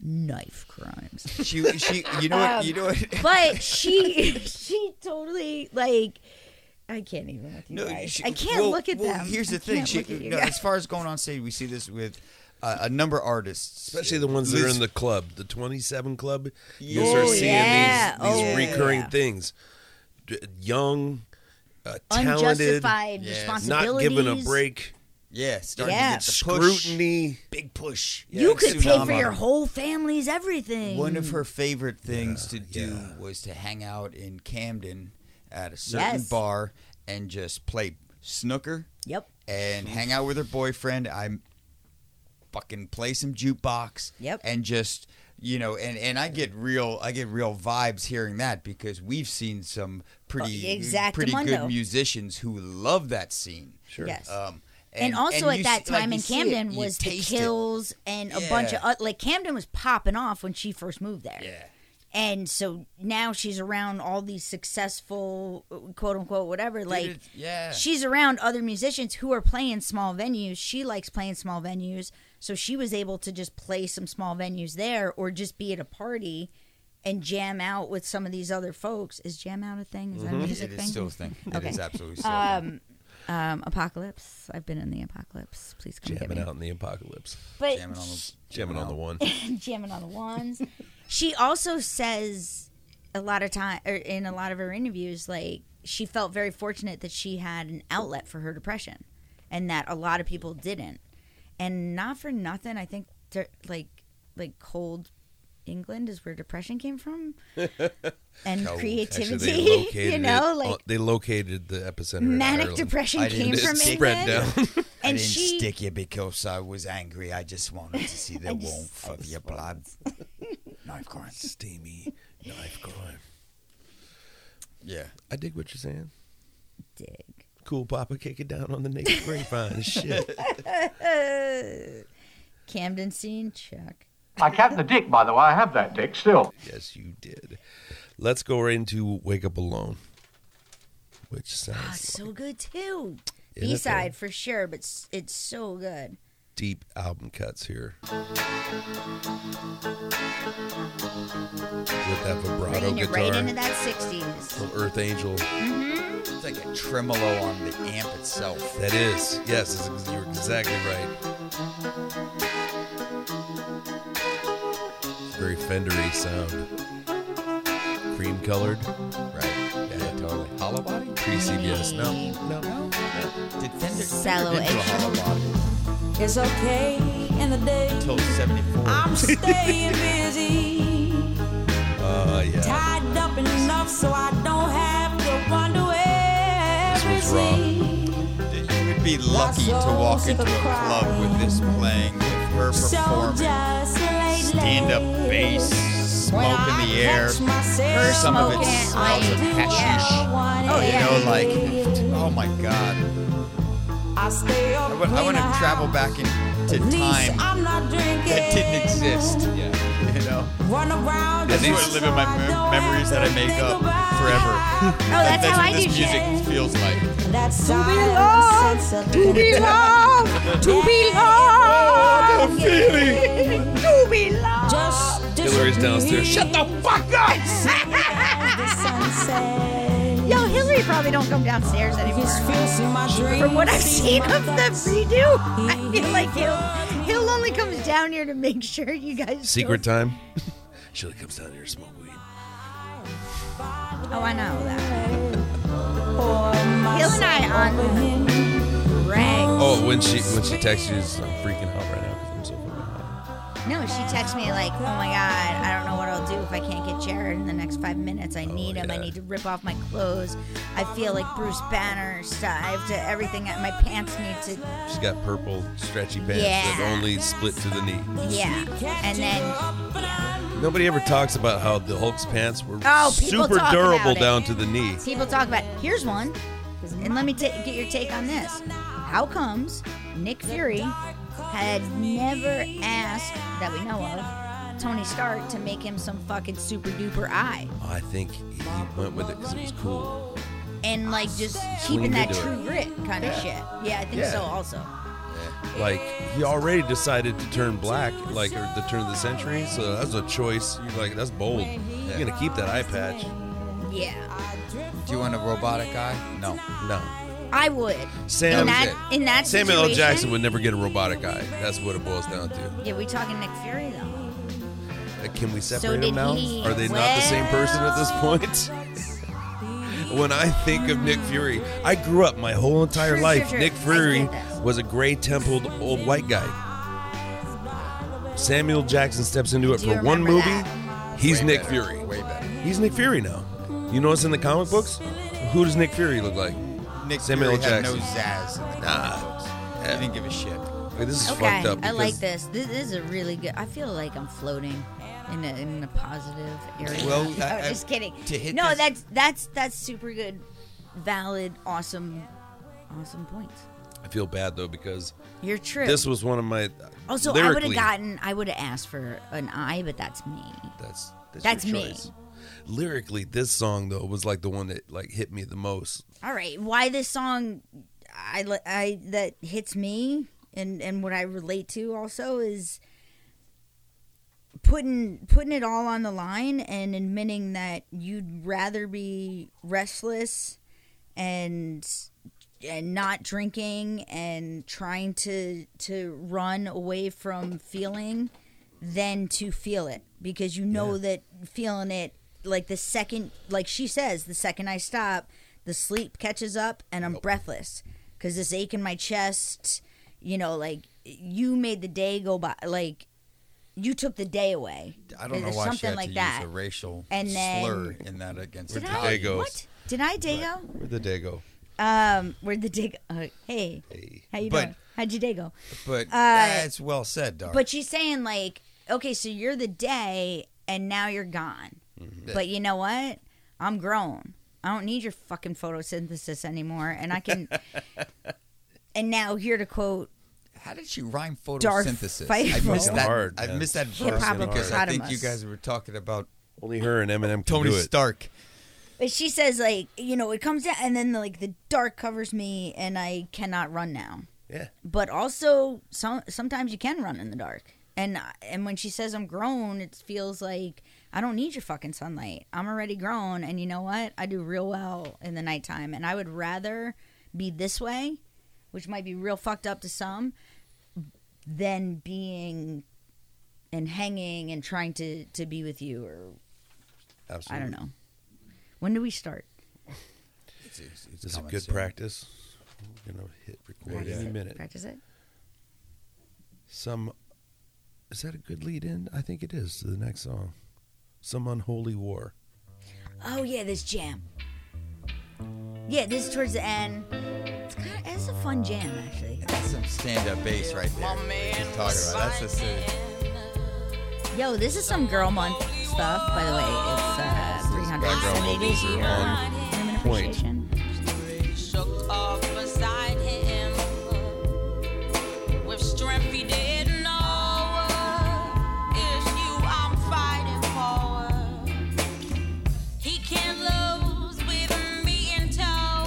knife crimes.
She, she, you know
Um,
what, you know what.
but she she totally like I can't even with you guys.
she-
I can't
well-
look at
well,
them.
Here's the
I
thing:
can't
she,
look at you
no,
guys.
as far as going on stage, we see this with uh, a number of artists,
Especially the ones that are
Liz-
in the club, the 27 club. You'll
Yeah.
start
Oh,
seeing
yeah.
these, these
Oh,
recurring
yeah.
things. D- young, uh, talented,
Unjustified
Yes.
not
responsibilities.
given a break,
yeah, starting
Yeah.
to get the push.
scrutiny.
big push.
you could pay for
Tsunami.
your whole family's everything.
One of her favorite things to do was to hang out in Camden at a certain
Yes.
bar and just play snooker
Yep.
and hang out with her boyfriend. I fucking play some jukebox.
Yep.
And just you know, and and I get real, I get real vibes hearing that because we've seen some pretty,
exactamundo.
pretty good musicians who love that scene.
Sure.
Yes.
Um,
and, also
you
at that
s- like,
time
you
in
see it,
Camden
you
was the
taste it.
Kills and a bunch of
Yeah.
uh, like Camden was popping off when she first moved there.
Yeah.
And so now she's around all these successful quote unquote whatever like
Dude, yeah.
she's around other musicians who are playing small venues. She likes playing small venues, so she was able to just play some small venues there or just be at a party and jam out with some of these other folks. Is jam out a thing? Is that a music
Mm-hmm. It
thing?
is still a thing. It is absolutely still a thing.
Um, um, apocalypse. I've been in the apocalypse. Please come
Jamming
get me.
out in the apocalypse.
But
Jamming on the-
Jamming on the one.
jamming on the wands. she also says a lot of time or in a lot of her interviews, like she felt very fortunate that she had an outlet for her depression, and that a lot of people didn't. And not for nothing, I think de- like like cold England is where depression came from, and
Actually,
creativity.
they located
you know,
it-
like.
they located the epicenter. in
Manic
Ireland.
depression
I
came
didn't
from
It
England,
spread down.
I
and
didn't
she
stick you because I was angry. I just wanted to see the
just-
warmth of your blood. Knife crime.
Steamy knife crime.
Yeah.
I dig what you're saying.
dig.
Cool Papa kicking down on the naked grapevine and shit.
Camden scene, check.
I kept the dick, by the way. I have that dick still.
yes, you did. Let's go right into Wake Up Alone, which
Ah,
sounds like
so good too.
Isn't it,
B side
though?
for sure, but s- it's so good.
deep album cuts here. With that vibrato
Bringing it
guitar.
right into that '60s.
from Earth Angel.
It's like a tremolo on the amp itself.
That is, yes, it's ex- you're exactly right. Very Fendery sound. Cream colored.
Right.
Yeah,
Totally. Hollow body?
Creasy, yes. No, no.
Did Fender
Sallow
Fender did do a
edge.
hollow body
It's okay in the day.
until 74.
I'm staying busy,
Uh, yeah.
tied up enough so I don't have to wonder
This
where
one's raw.
you would be lucky to walk into a club with this playing, with her
So
performing,
just lately,
stand up bass, smoke
when I
in the air.
catch myself,
Her some of it
smoking,
smells of
like,
hashish.
Oh
You know, like, oh my god.
I stay up
I want, I want to travel back into time
I'm not drinking.
that didn't exist. Yeah. You know?
Run around.
That's where I live in my mem- memories that I make up forever.
Oh, that's,
That's
how
what
I do
this
shit.
music feels like.
That's to be loved. To be loved. To be loved.
To be loved.
Just
Hillary's downstairs. Shut
the fuck up.
Yo, Hillary probably don't come downstairs anymore. From
From
what I've seen of the redo, I feel like he'll he'll only comes down here to make sure you guys.
Secret time. Shirley comes down here to smoke weed.
Don't, oh, I know that. Hill and I on rag.
Oh, when she when she texts you, she's, I'm freaking out right now because I'm so fucking hot.
No, she texts me like, "Oh my god, I don't know what I'll do if I can't get Jared in the next five minutes. I need him. I
Oh, yeah.
need to rip off my clothes. I feel like Bruce Banner. So I have to everything. My pants need to
She's got purple stretchy pants
Yeah.
that only split to the knee.
yeah." And then
Nobody ever talks about how the Hulk's pants were
Oh, people
super
talk
durable
about it.
down to the knee.
people talk about here's one, and let me ta- get your take on this. How comes Nick Fury had never asked that we know of Tony Stark to make him some fucking super duper eye?
I think he went with it because it was cool.
and like just
Leaned
keeping that
into
true
it.
grit kind of shit. Yeah, I think
Yeah.
so. Also,
Like he already decided to turn black, like or the turn of the century. So that's a choice. You're like, that's bold. You're gonna keep that eye patch.
yeah,
Do you want a robotic eye? No.
No,
I would.
Sam-
in that,
That
in that
Samuel L.
situation-
Jackson would never get a robotic eye. That's what it boils down to.
Yeah, we talking Nick Fury though.
Like, Can we separate
did
them out?
he.
Are they not the same person at this point? when I think of Nick Fury, I grew up my whole entire
True, true,
life.
true.
Nick
I get
Fury
this.
was a gray templed old white guy. Samuel Jackson steps into it
Do you
for one
remember
movie.
that?
He's
Way
Nick
better.
Fury.
Way better.
He's Nick Fury now. You notice in the comic books, who does Nick Fury look like?
Nick
Samuel
Fury had no
Jackson.
zazz. In the
Nah.
comics. He didn't give a shit.
Like, this is
Okay,
fucked up.
I like
because-
this. This is a really good. I feel like I'm floating in a, in a positive area.
Well,
I'm
I- I-
just kidding.
to hit
no,
this-
that's that's that's super good, valid, awesome, awesome points.
I feel bad though because
You're true.
this was one of my.
also, I would have
lyrically,
gotten. I would have asked for an eye, but that's me.
That's that's,
That's
your
me.
choice. Lyrically, this song though was like the one that like hit me the most.
All right, why this song? I li- I that hits me and and what I relate to also is putting putting it all on the line and admitting that you'd rather be restless and and not drinking and trying to to run away from feeling than to feel it because you know that feeling it like the second like she says the second I stop the sleep catches up and I'm breathless cuz this ache in my chest you know like you made the day go by like you took the day away
I don't know
There's
why she
something
had
like
to
that
use a racial
And then-
slur in that against
did
the
I
day goes.
what did I day go
Where'd the day go?
um where'd the day go uh, hey
Hey.
how you
But-
doing how'd your day go
But that's well said, Dar.
Uh, But she's saying like, okay, so you're the day, and now you're gone. But you know what? I'm grown. I don't need your fucking photosynthesis anymore, and I can. and now here to quote
How did she rhyme
Darth
photosynthesis? I
Feifel.
missed that.
Hard,
I
man.
missed that
Hip
verse
hop
because I think you
hippopotamus.
guys were talking about
Only her and Eminem can
Tony
do it.
Stark.
But she says like, you know, it comes down, and then like the dark covers me, and I cannot run now.
Yeah.
But also, some sometimes you can run in the dark, and and when she says I'm grown, it feels like I don't need your fucking sunlight. I'm already grown, and you know what? I do real well in the nighttime, and I would rather be this way, which might be real fucked up to some, than being and hanging and trying to to be with you or I
Absolutely.
don't know. When do we start?
It's, it's- it's
This is a
coming
good
soon.
practice. We're gonna hit record
Practice
in a
it.
minute.
Practice it.
Some is that a good lead in? I think it is to the next song. Some unholy war.
Oh yeah, this jam. Yeah, this is towards the end. It's kind of it's a fun jam actually.
That's some stand-up bass right there. What she's talking about. That's just a,
Yo, this is some girl month stuff, by the way. It's uh,
background
370
vocals are on.
Women
point.
Appreciation.
shook off beside him with strength he didn't know. It's you I'm fighting for. He can't lose with me in tow.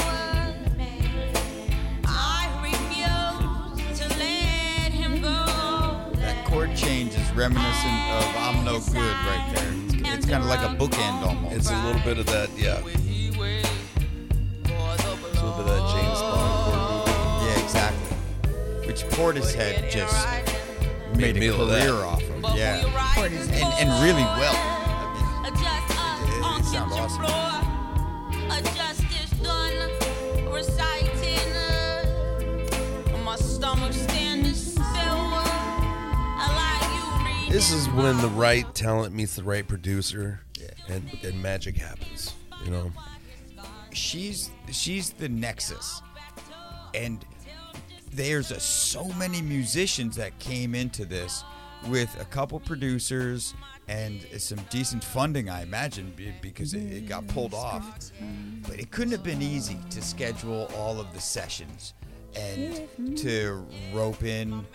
I refuse to let him go.
That chord change is reminiscent of "I'm No Good" right there. It's, it's kind of like a bookend almost.
It's a little bit of that, yeah. It's a little bit of that James Bond horror movie.
yeah, exactly. Which Portishead just made a
meal of
career
that.
off of. Yeah,
Portishead.
and and really well. I mean, it- it sounds awesome.
A justice done, reciting. uh, My stomach standing still. uh, I like you
This is when the right talent meets the right producer,
Yeah.
and and magic happens. You know,
she's she's the nexus and there's a, so many musicians that came into this with a couple producers and some decent funding i imagine be- because it, it got pulled off but it couldn't have been easy to schedule all of the sessions and to rope in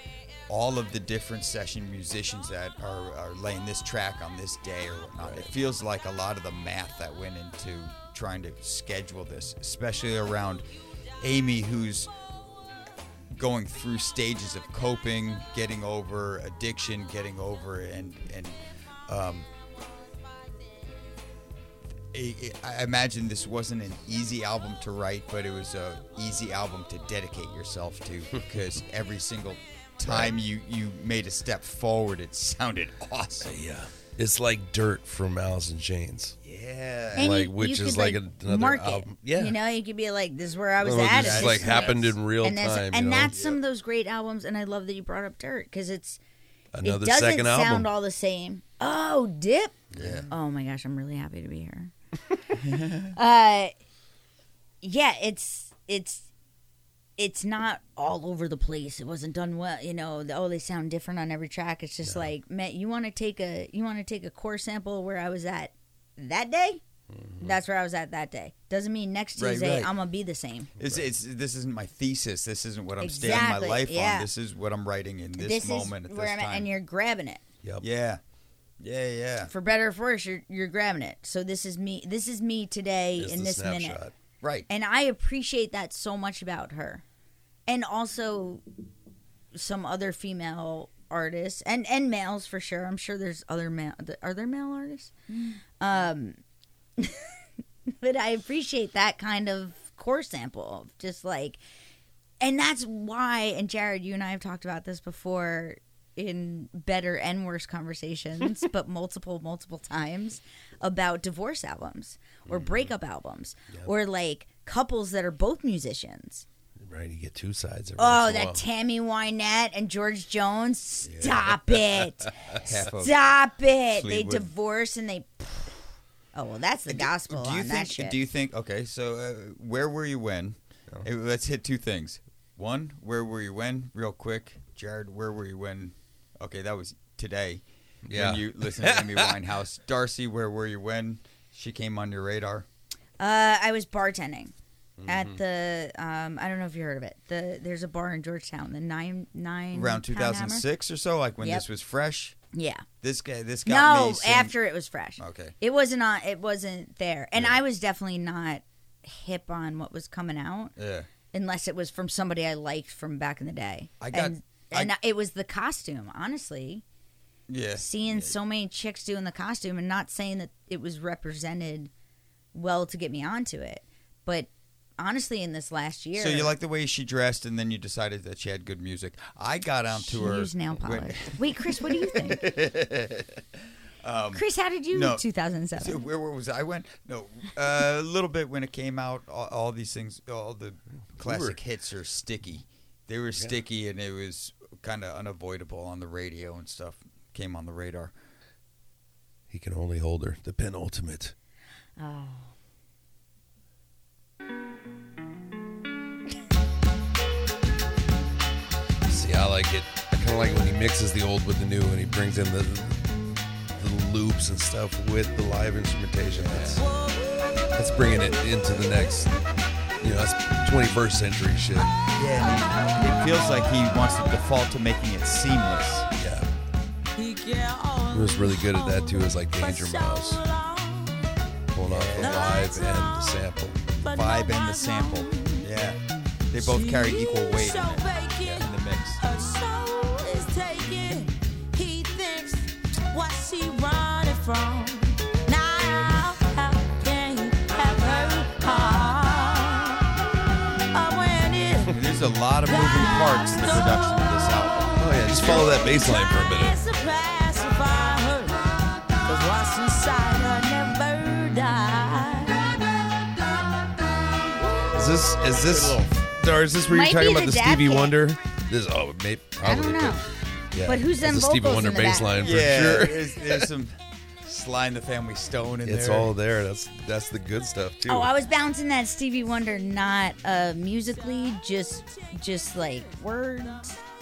all of the different session musicians that are, are laying this track on this day or whatnot. It feels like a lot of the math that went into trying to schedule this, especially around Amy, who's going through stages of coping, getting over addiction, getting over, and and um, I I imagine this wasn't an easy album to write, but it was a easy album to dedicate yourself to because every single time you you made a step forward, it sounded awesome.
Yeah. It's like dirt from Alice in Chains.
Yeah.
And
Like, which is like an- another
mark it.
album. Yeah.
you know, you could be like, "This is where I was
Well,
at."
this
at
is like
this
happened
place.
in real
and that's,
time, you
And
know?
that's some of those great albums. And I love that you brought up Dirt because it's
Another
it doesn't
second
sound
album.
all the same. Oh, dip. Yeah. Oh my gosh, I'm really happy to be here. uh, yeah, it's it's it's not all over the place. It wasn't done well, you know. The, oh, they sound different on every track. It's just like, man, you want to take a you want to take a core sample of where I was at that day. That's where I was at that day. Doesn't mean next
Mm-hmm. Right,
Tuesday
right.
I'm gonna be the same.
It's, it's this isn't my thesis. This isn't what I'm staying my
Exactly,
life
yeah.
on. This is what I'm writing in this, moment
is
at
where
this
I'm
time.
at, and you're grabbing it.
Yep.
yeah. Yeah, yeah.
for better or for worse, you're you're grabbing it. So this is me. This is me today
It's
in
the
this
snapshot.
minute,
Right.
and I appreciate that so much about her, and also some other female artists and and males for sure. I'm sure there's other male. Are there male artists? Um, but I appreciate that kind of core sample, of just like, and that's why. And Jared, you and I have talked about this before in better and worse conversations, but multiple, multiple times about divorce albums or
Mm-hmm.
breakup albums or like couples that are both musicians.
Right. You get two sides. Every
Oh,
once in a
that
while.
Tammy Wynette and George Jones. Stop it.
Half of-
Stop it. They
Fleetwood.
divorce and they. Oh, well, that's the gospel
do you
on
think
that shit.
do you think okay so uh, where were you when Eh, let's hit two things one where were you when real quick jared where were you when okay that was today
Yeah.
when you listened to amy winehouse darcy where were you when she came on your radar
Uh, I was bartending
Mm-hmm.
at the. Um, I don't know if you heard of it. The there's a bar in Georgetown. The nine nine
around
Pound Hammer?
2006 or so like when
Yep.
this was fresh
Yeah.
this guy this got
No,
me saying-
after it was fresh.
okay
It wasn't on. It wasn't there, and I was definitely not hip on what was coming out
yeah
unless it was from somebody I liked from back in the day.
I got-
and, and it was the costume, honestly.
yeah
Seeing so many chicks doing the costume and not saying that it was represented well to get me onto it, but honestly, in this last year,
so you like the way she dressed and then you decided that she had good music i got onto
she
her
used nail
when-
polish. Wait, Chris, what do you think? Chris, how did you
Um, no.
2007?
So where, where was I? went? No, uh, a little bit when it came out. All, all these things, all the classic hits are sticky. They were sticky, and it was kind of unavoidable on the radio and stuff. Came on the radar.
He can only hold her. The penultimate.
Oh.
See, I like it. I kind of like when he mixes the old with the new, and he brings in the the loops and stuff with the live instrumentation. That's that's bringing it into the next. You know, that's 21st century shit.
Yeah, it feels like he wants to default to making it seamless.
Yeah. He was really good at that too. Is like Danger Mouse, pulling off the live and the sample.
The vibe and the sample. Yeah, they both carry equal weight in, it, yeah, in the mix.
Her soul is taken. He thinks, what's she running from? Now, how can he have her heart? Oh, when it
And There's a lot of moving parts in the production of this album.
Oh yeah, just follow that bass line for a minute.
tries to pacify her, 'cause what's inside her never dies.
Is this is this or is this where you're
Might
talking
be
about the
the dad
Stevie
kid.
Wonder? This oh maybe probably.
know.
But, yeah.
But who's
That's
them
the Stevie
vocals
Wonder
in the back?
bass line for
yeah,
sure.
there's, there's some Sly and the Family Stone in
It's
there.
all there. That's that's the good stuff too.
Oh, I was bouncing that Stevie Wonder, not uh, musically, just just like words,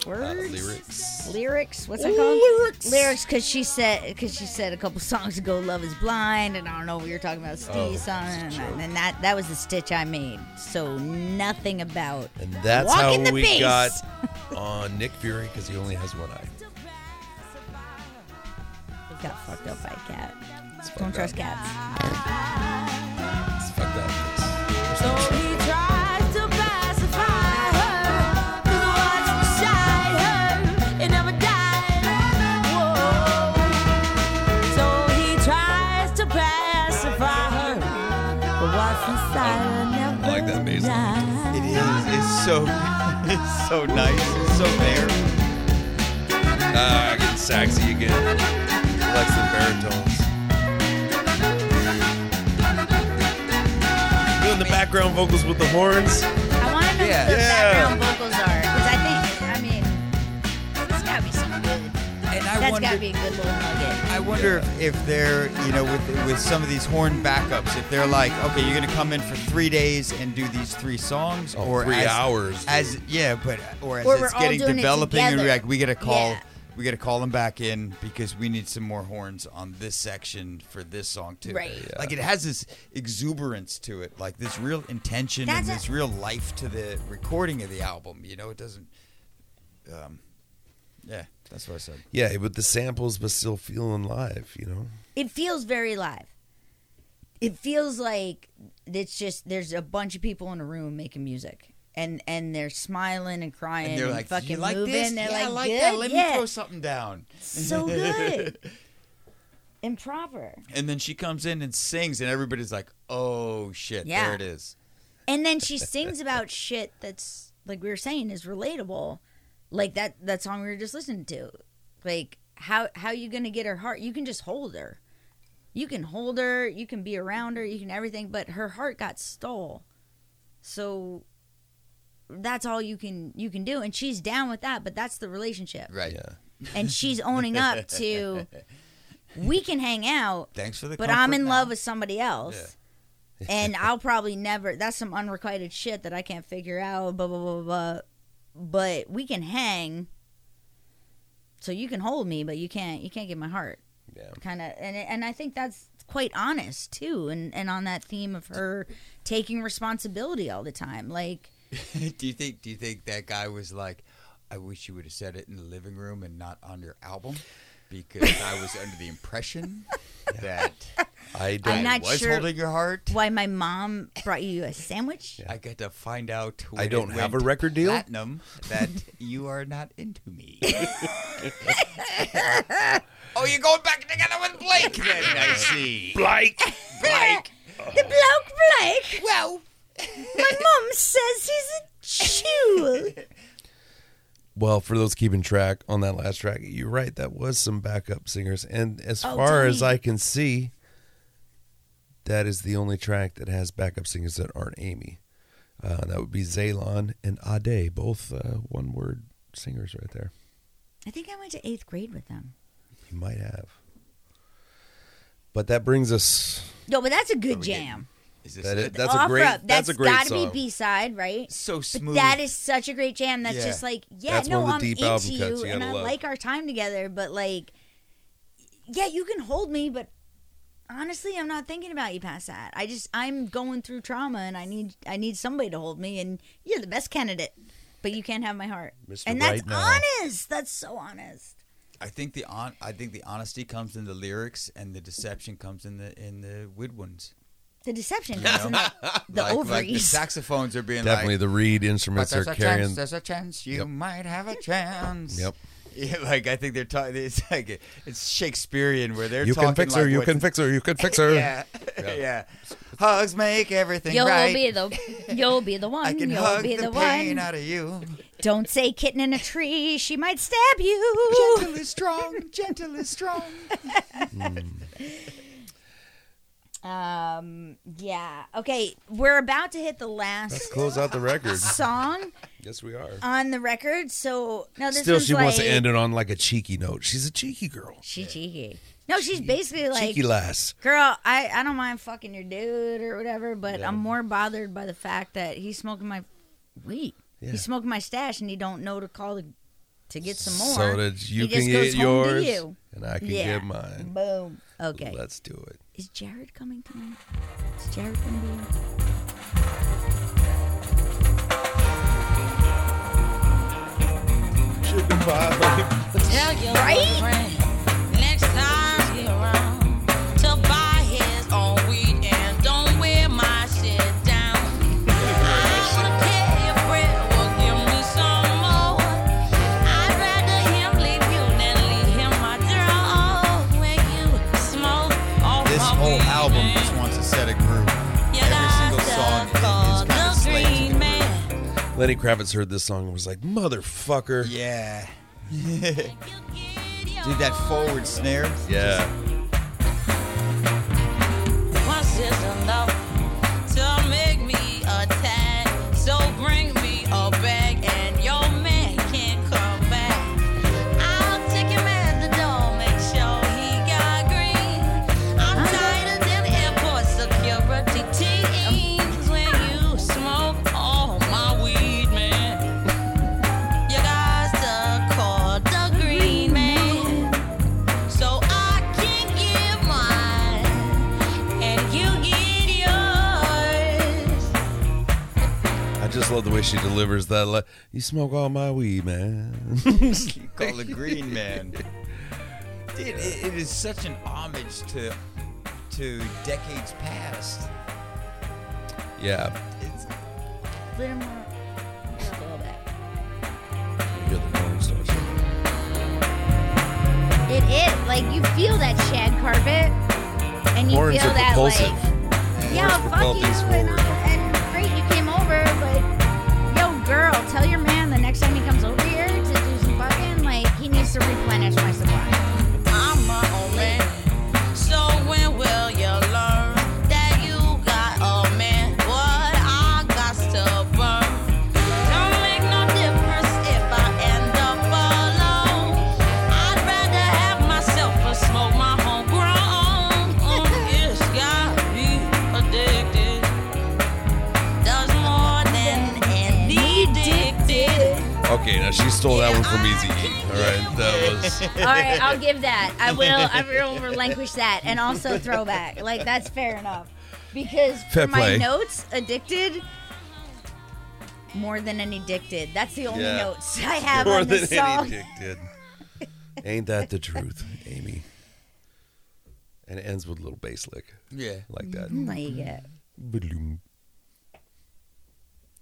words,
Uh, lyrics.
lyrics. What's that called? Lyrics, lyrics. Because she said, because she said a couple songs ago, "Love Is Blind," and I don't know what you're talking about,
Oh,
Stevie song, and, and that that was the stitch I made. So nothing about
and that's
walk
how
in the
we
face.
got on Nick Fury because he only has one eye.
got fucked up by a cat.
It's
Don't
fucked
trust
up.
cats.
It's fucked up.
So he tries to pacify her, 'cause what's inside her, it never dies. Whoa. So he tries to pacify her.
I like that bass. line. It is. It's so. It's so nice. It's so there.
Ah, getting sexy again. Likes the baritones. Doing the background vocals with the horns.
I want to know
Yeah.
what the
Yeah.
background vocals are because I think I mean it's gotta be something good.
And I
That's
wonder.
gotta be a good little nugget.
I wonder if, if they're, you know, with with some of these horn backups, if they're like, okay, you're gonna come in for three days and do these three songs,
Oh,
or
three
as,
hours, dude.
as yeah, but or as
Or we're
it's
all
getting
doing it
developing, and we're
together.
like, we gotta call,
Yeah.
we gotta call them back in because we need some more horns on this section for this song too.
Right. Yeah.
Like it has this exuberance to it, like this real intention
That's a-
and this real life to the recording of the album. You know, it doesn't. Um, yeah, that's what I said.
Yeah, with the samples, but still feeling live. You know.
It feels very live. It feels like it's just there's a bunch of people in a room making music. And, and they're smiling and crying and,
and they're like,
fucking
you like
moving.
this?
They're
yeah,
like,
I like
good?
that. Let
yeah.
me throw something down.
so good and proper.
And then she comes in and sings, and everybody's like, "Oh shit,
Yeah.
there it is."
And then she sings about shit that's like we were saying is relatable, like that that song we were just listening to. Like how how you gonna get her heart? You can just hold her. You can hold her. You can be around her. You can everything. But her heart got stole, so that's all you can you can do. And she's down with that. But that's the relationship,
Right.
Yeah.
and she's owning up to. We can hang out,
Thanks for the.
but I'm
comfort
in
now.
love with somebody else. and I'll probably never. That's some unrequited shit that I can't figure out. Blah blah blah blah. But we can hang. So you can hold me, but you can't. You can't get my heart.
Yeah.
Kind of, and and I think that's quite honest too. And and on that theme of her taking responsibility all the time, like
do you think? Do you think that guy was like, "I wish you would have said it in the living room and not on your album," because I was under the impression that
I don't.
I'm
I
not
was
sure-
holding your heart.
why my mom brought you a sandwich.
I got to find out. When
I
it
don't have a
went
record deal.
Platinum that you are not into me. oh, you're going back together with Blake then? I see.
Blake. Blake.
The bloke Blake. Well, my mom says he's a jewel.
Well, for those keeping track on that last track, you're right. That was some backup singers, and as
Oh,
far as
dang.
I can see, that is the only track that has backup singers that aren't Amy. Uh, that would be Zaylon and Ade, both uh, one-word singers, right there.
I think I went to eighth grade with them.
You might have. But that brings us.
No, but that's a good jam.
Is this
That
it?
is, that's a
Offer
great.
Up,
That's, a great
gotta
song.
be B side, right?
so
But
smooth.
that is such a great jam. That's
Yeah.
just like, yeah,
That's
no,
one of the
I'm
deep
into
album
you,
cuts you
and I
gotta love.
like our time together. But like, yeah, you can hold me, but honestly, I'm not thinking about you past that. I just I'm going through trauma, and I need I need somebody to hold me. And you're the best candidate, but you can't have my heart.
Mr.
And that's
Right Now.
honest. That's so honest.
I think the on, I think the honesty comes in the lyrics, and the deception comes in the in the woodwinds.
The deception
know?
comes in the, the
like,
ovaries.
like the saxophones are being
Definitely
like,
the reed
"But
instruments are
there's a
carrying.
chance. There's a chance you
Yep.
might have a chance.
Yep.
Yeah, like I think they're talking. It's like it's Shakespearean where they're
You
talking
can fix
like
her. You
what's-
can fix her. You can fix her.
Yeah. yeah, Hugs make everything
You'll
right.
be the you'll be the one.
I can
you'll
hug
be
the,
the,
pain
one.
out of you.
Don't say kitten in a tree. She might stab you.
Gentle is strong. Gentle is strong.
Um. Yeah. Okay. We're about to hit the
Let's
last
close out the record.
song
yes, we are.
on the record. So no, Um, this
Still,
one's
she
like,
wants to end it on like a cheeky note. She's a cheeky girl.
She cheeky. No, she's basically like,
cheeky lass.
girl, I I don't mind fucking your dude or whatever, but I'm more bothered by the fact that he's smoking my weed.
Yeah.
He's smoking my stash, and he don't know to call to, to get some more.
So that you
He just
can
goes
get
home to
yours,
you.
and I can
Yeah.
get mine.
Boom. Okay.
Let's do it.
Is Jared coming tonight? Is Jared gonna be?
Tell your
Right?
friend next time he around to buy his own weed and don't wear my shit down. I don't care if Fred will give me some more. I'd rather him leave you than leave him my draw. When you smoke all
This
my
whole
weed
album
and
just wants to set a groove.
you
Every
got
single song
Lenny Kravitz heard this song and was like, motherfucker.
Yeah. Dude, that forward snare.
Yeah.
My sister love to make me a tag. So bring me a bag and your man can't come back. I'll take him at the door, make sure he got green. I'm tighter than airport security teams when you smoke all my weed, man. You got to call the green man. So I can give mine and you get yours.
I just love the way she delivers that. Like, you smoke all my weed, man.
You call the green man. Dude, it, it is such an homage to to decades past.
yeah.
It's,
Little more. a little bit.
You hear the porn star shit.
It is like you feel that shag carpet, and you
Horns
feel
are
that
propulsive.
like yeah,
Horns
fuck
propel
you,
things
and,
forward.
and great you came over, but yo girl, tell your man the next time he comes over here to do some fucking, like he needs to replenish my supply.
I'm my own man. So when will you learn that you got a man? What I got to burn. Don't make no difference if I end up alone. I'd rather have myself or smoke my homegrown. Mm, It's got me addicted. Does more than any addicted.
Okay, now she stole that one from Easy E. All right, that was.
All right, I'll give that. I will. I will relinquish that, and also throwback. Like that's fair enough, because
Fair
for
play.
my notes, addicted. More than an addicted. That's the only
Yeah.
notes I have
More
on
than
this song.
any dick did. Ain't that the truth, Amy? And it ends with a little bass lick
yeah.
like that.
Like it.
Ba-doom.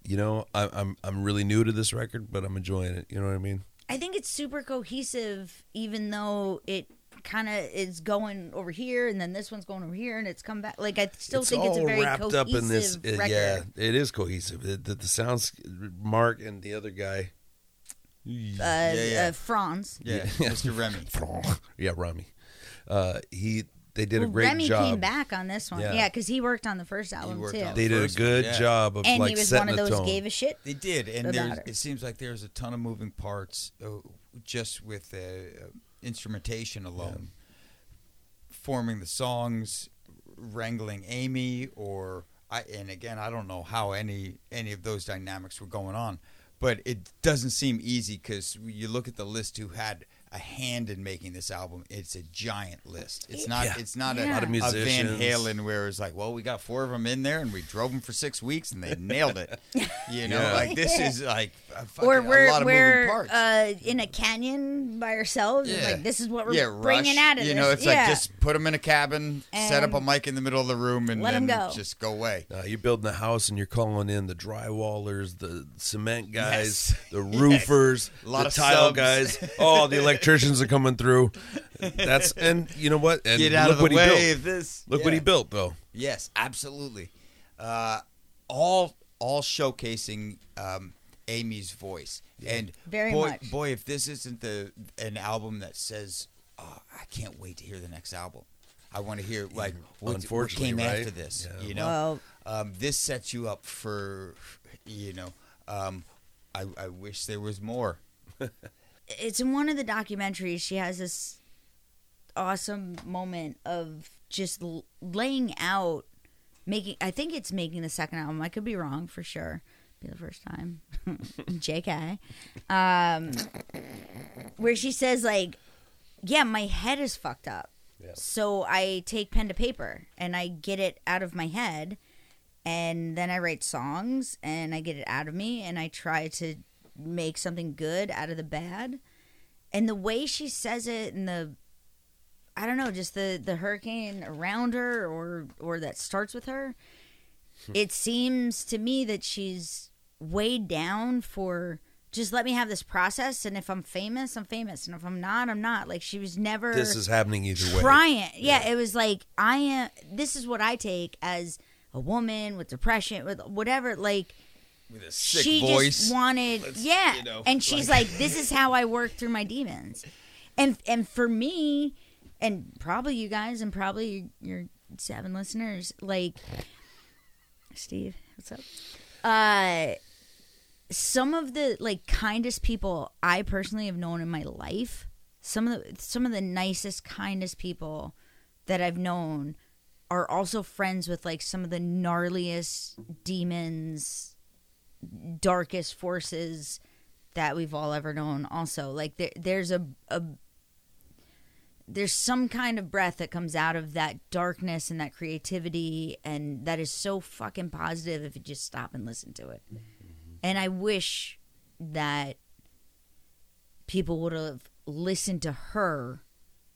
You know, I, I'm I'm really new to this record, but I'm enjoying it. You know what I mean?
I think it's super cohesive, even though it kind of is going over here, and then this one's going over here, and it's come back. Like I still think it's a very cohesive
uh,
record.
yeah, it is cohesive. The, the, the sounds, Mark and the other guy,
Uh,
yeah.
Uh, Franz.
Yeah. Mr. Remy.
yeah, Rami. Uh, he they did a
Well,
great
Remy
job.
came back on this one,
Yeah.
yeah, because he worked on the first album
worked
too,
on
They did a
First one,
good
yeah.
job of
and
like
he was one
setting
of
the
those
tone.
gave a shit.
They did, and
About
there's,
her.
it seems like there's a ton of moving parts uh, just with uh, uh, instrumentation alone, forming the songs, wrangling Amy, or I. And again, I don't know how any any of those dynamics were going on, but it doesn't seem easy because you look at the list who had a hand in making this album. It's a giant list. It's not.
Yeah.
It's not
A lot of
a, Van
musicians.
Halen where it's like, well, we got four of them in there, and we drove them for six weeks, and they nailed it. You know,
Yeah.
like this is like a, fucking,
Or
a
we're
lot of moving
we're
parts.
uh, in a canyon by ourselves. and,
Yeah.
Like this is what we're
yeah,
bringing
rush,
out of
you
this.
know, it's
yeah.
like just put them in a cabin, set up a
And
mic in the middle of the room, and
let 'em
then
go.
just go away.
Uh, you're building a house and you're calling in the drywallers, the cement guys,
Yes.
the roofers,
A lot
the
of
tile
subs.
guys. Oh, the electricians are coming through. That's and you know what? And
Get out
look
of the
what he
way
built.
of this.
Look what he
Yeah.
built, though.
Yes, absolutely. Uh, all all showcasing um, Amy's voice, and
Very
boy,
much.
boy, if this isn't the an album that says, oh, "I can't wait to hear the next album," I want to hear like what, what
Unfortunately,
came
right?
after this.
Yeah.
You know,
Well-
um, this sets you up for, you know, um, I, I wish there was more.
it's in one of the documentaries she has this awesome moment of just l- laying out making i think it's making the second album i could be wrong for sure be the first time jk um where she says like yeah my head is fucked up
Yeah.
so i take pen to paper and i get it out of my head and then i write songs and i get it out of me and i try to make something good out of the bad and the way she says it and the i don't know just the the hurricane around her or or that starts with her
Hmm.
it seems to me that she's weighed down for just let me have this process and if i'm famous i'm famous and if i'm not i'm not like she was never
This is happening either way.
trying yeah, it was like i am this is what i take as a woman with depression with whatever like
with a sick
she
voice.
just wanted
Let's,
yeah
you know,
and she's like,
like-
this is how i work through my demons and and for me and probably you guys and probably your seven listeners like steve what's up uh some of the like kindest people i personally have known in my life some of the some of the nicest kindest people that i've known are also friends with like some of the gnarliest demons darkest forces that we've all ever known also like there, there's a, a there's some kind of breath that comes out of that darkness and that creativity and that is so fucking positive if you just stop and listen to it and i wish that people would have listened to her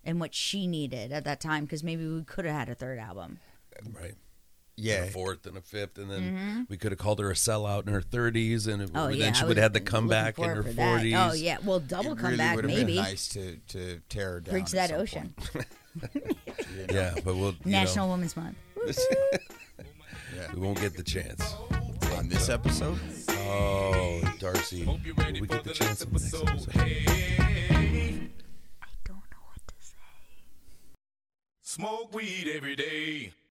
and what she needed at that time because maybe we could have had a third album
right?
yeah,
and a fourth and a fifth, and then we could have called her a sellout in her thirties, and it-
Mm-hmm. oh
then
yeah I
she would
was
have had the
looking
comeback in
forward
her
for that.
forties.
oh yeah well double
it really
comeback
would have
maybe
been nice to to tear her down.
reach
at
that
some
ocean
point.
yeah, but we'll you
National
know,
Women's Month.
Yeah.
we won't get the chance.
On this episode,
Oh, Darcy, will we get the chance on the next episode?
Smoke weed every day.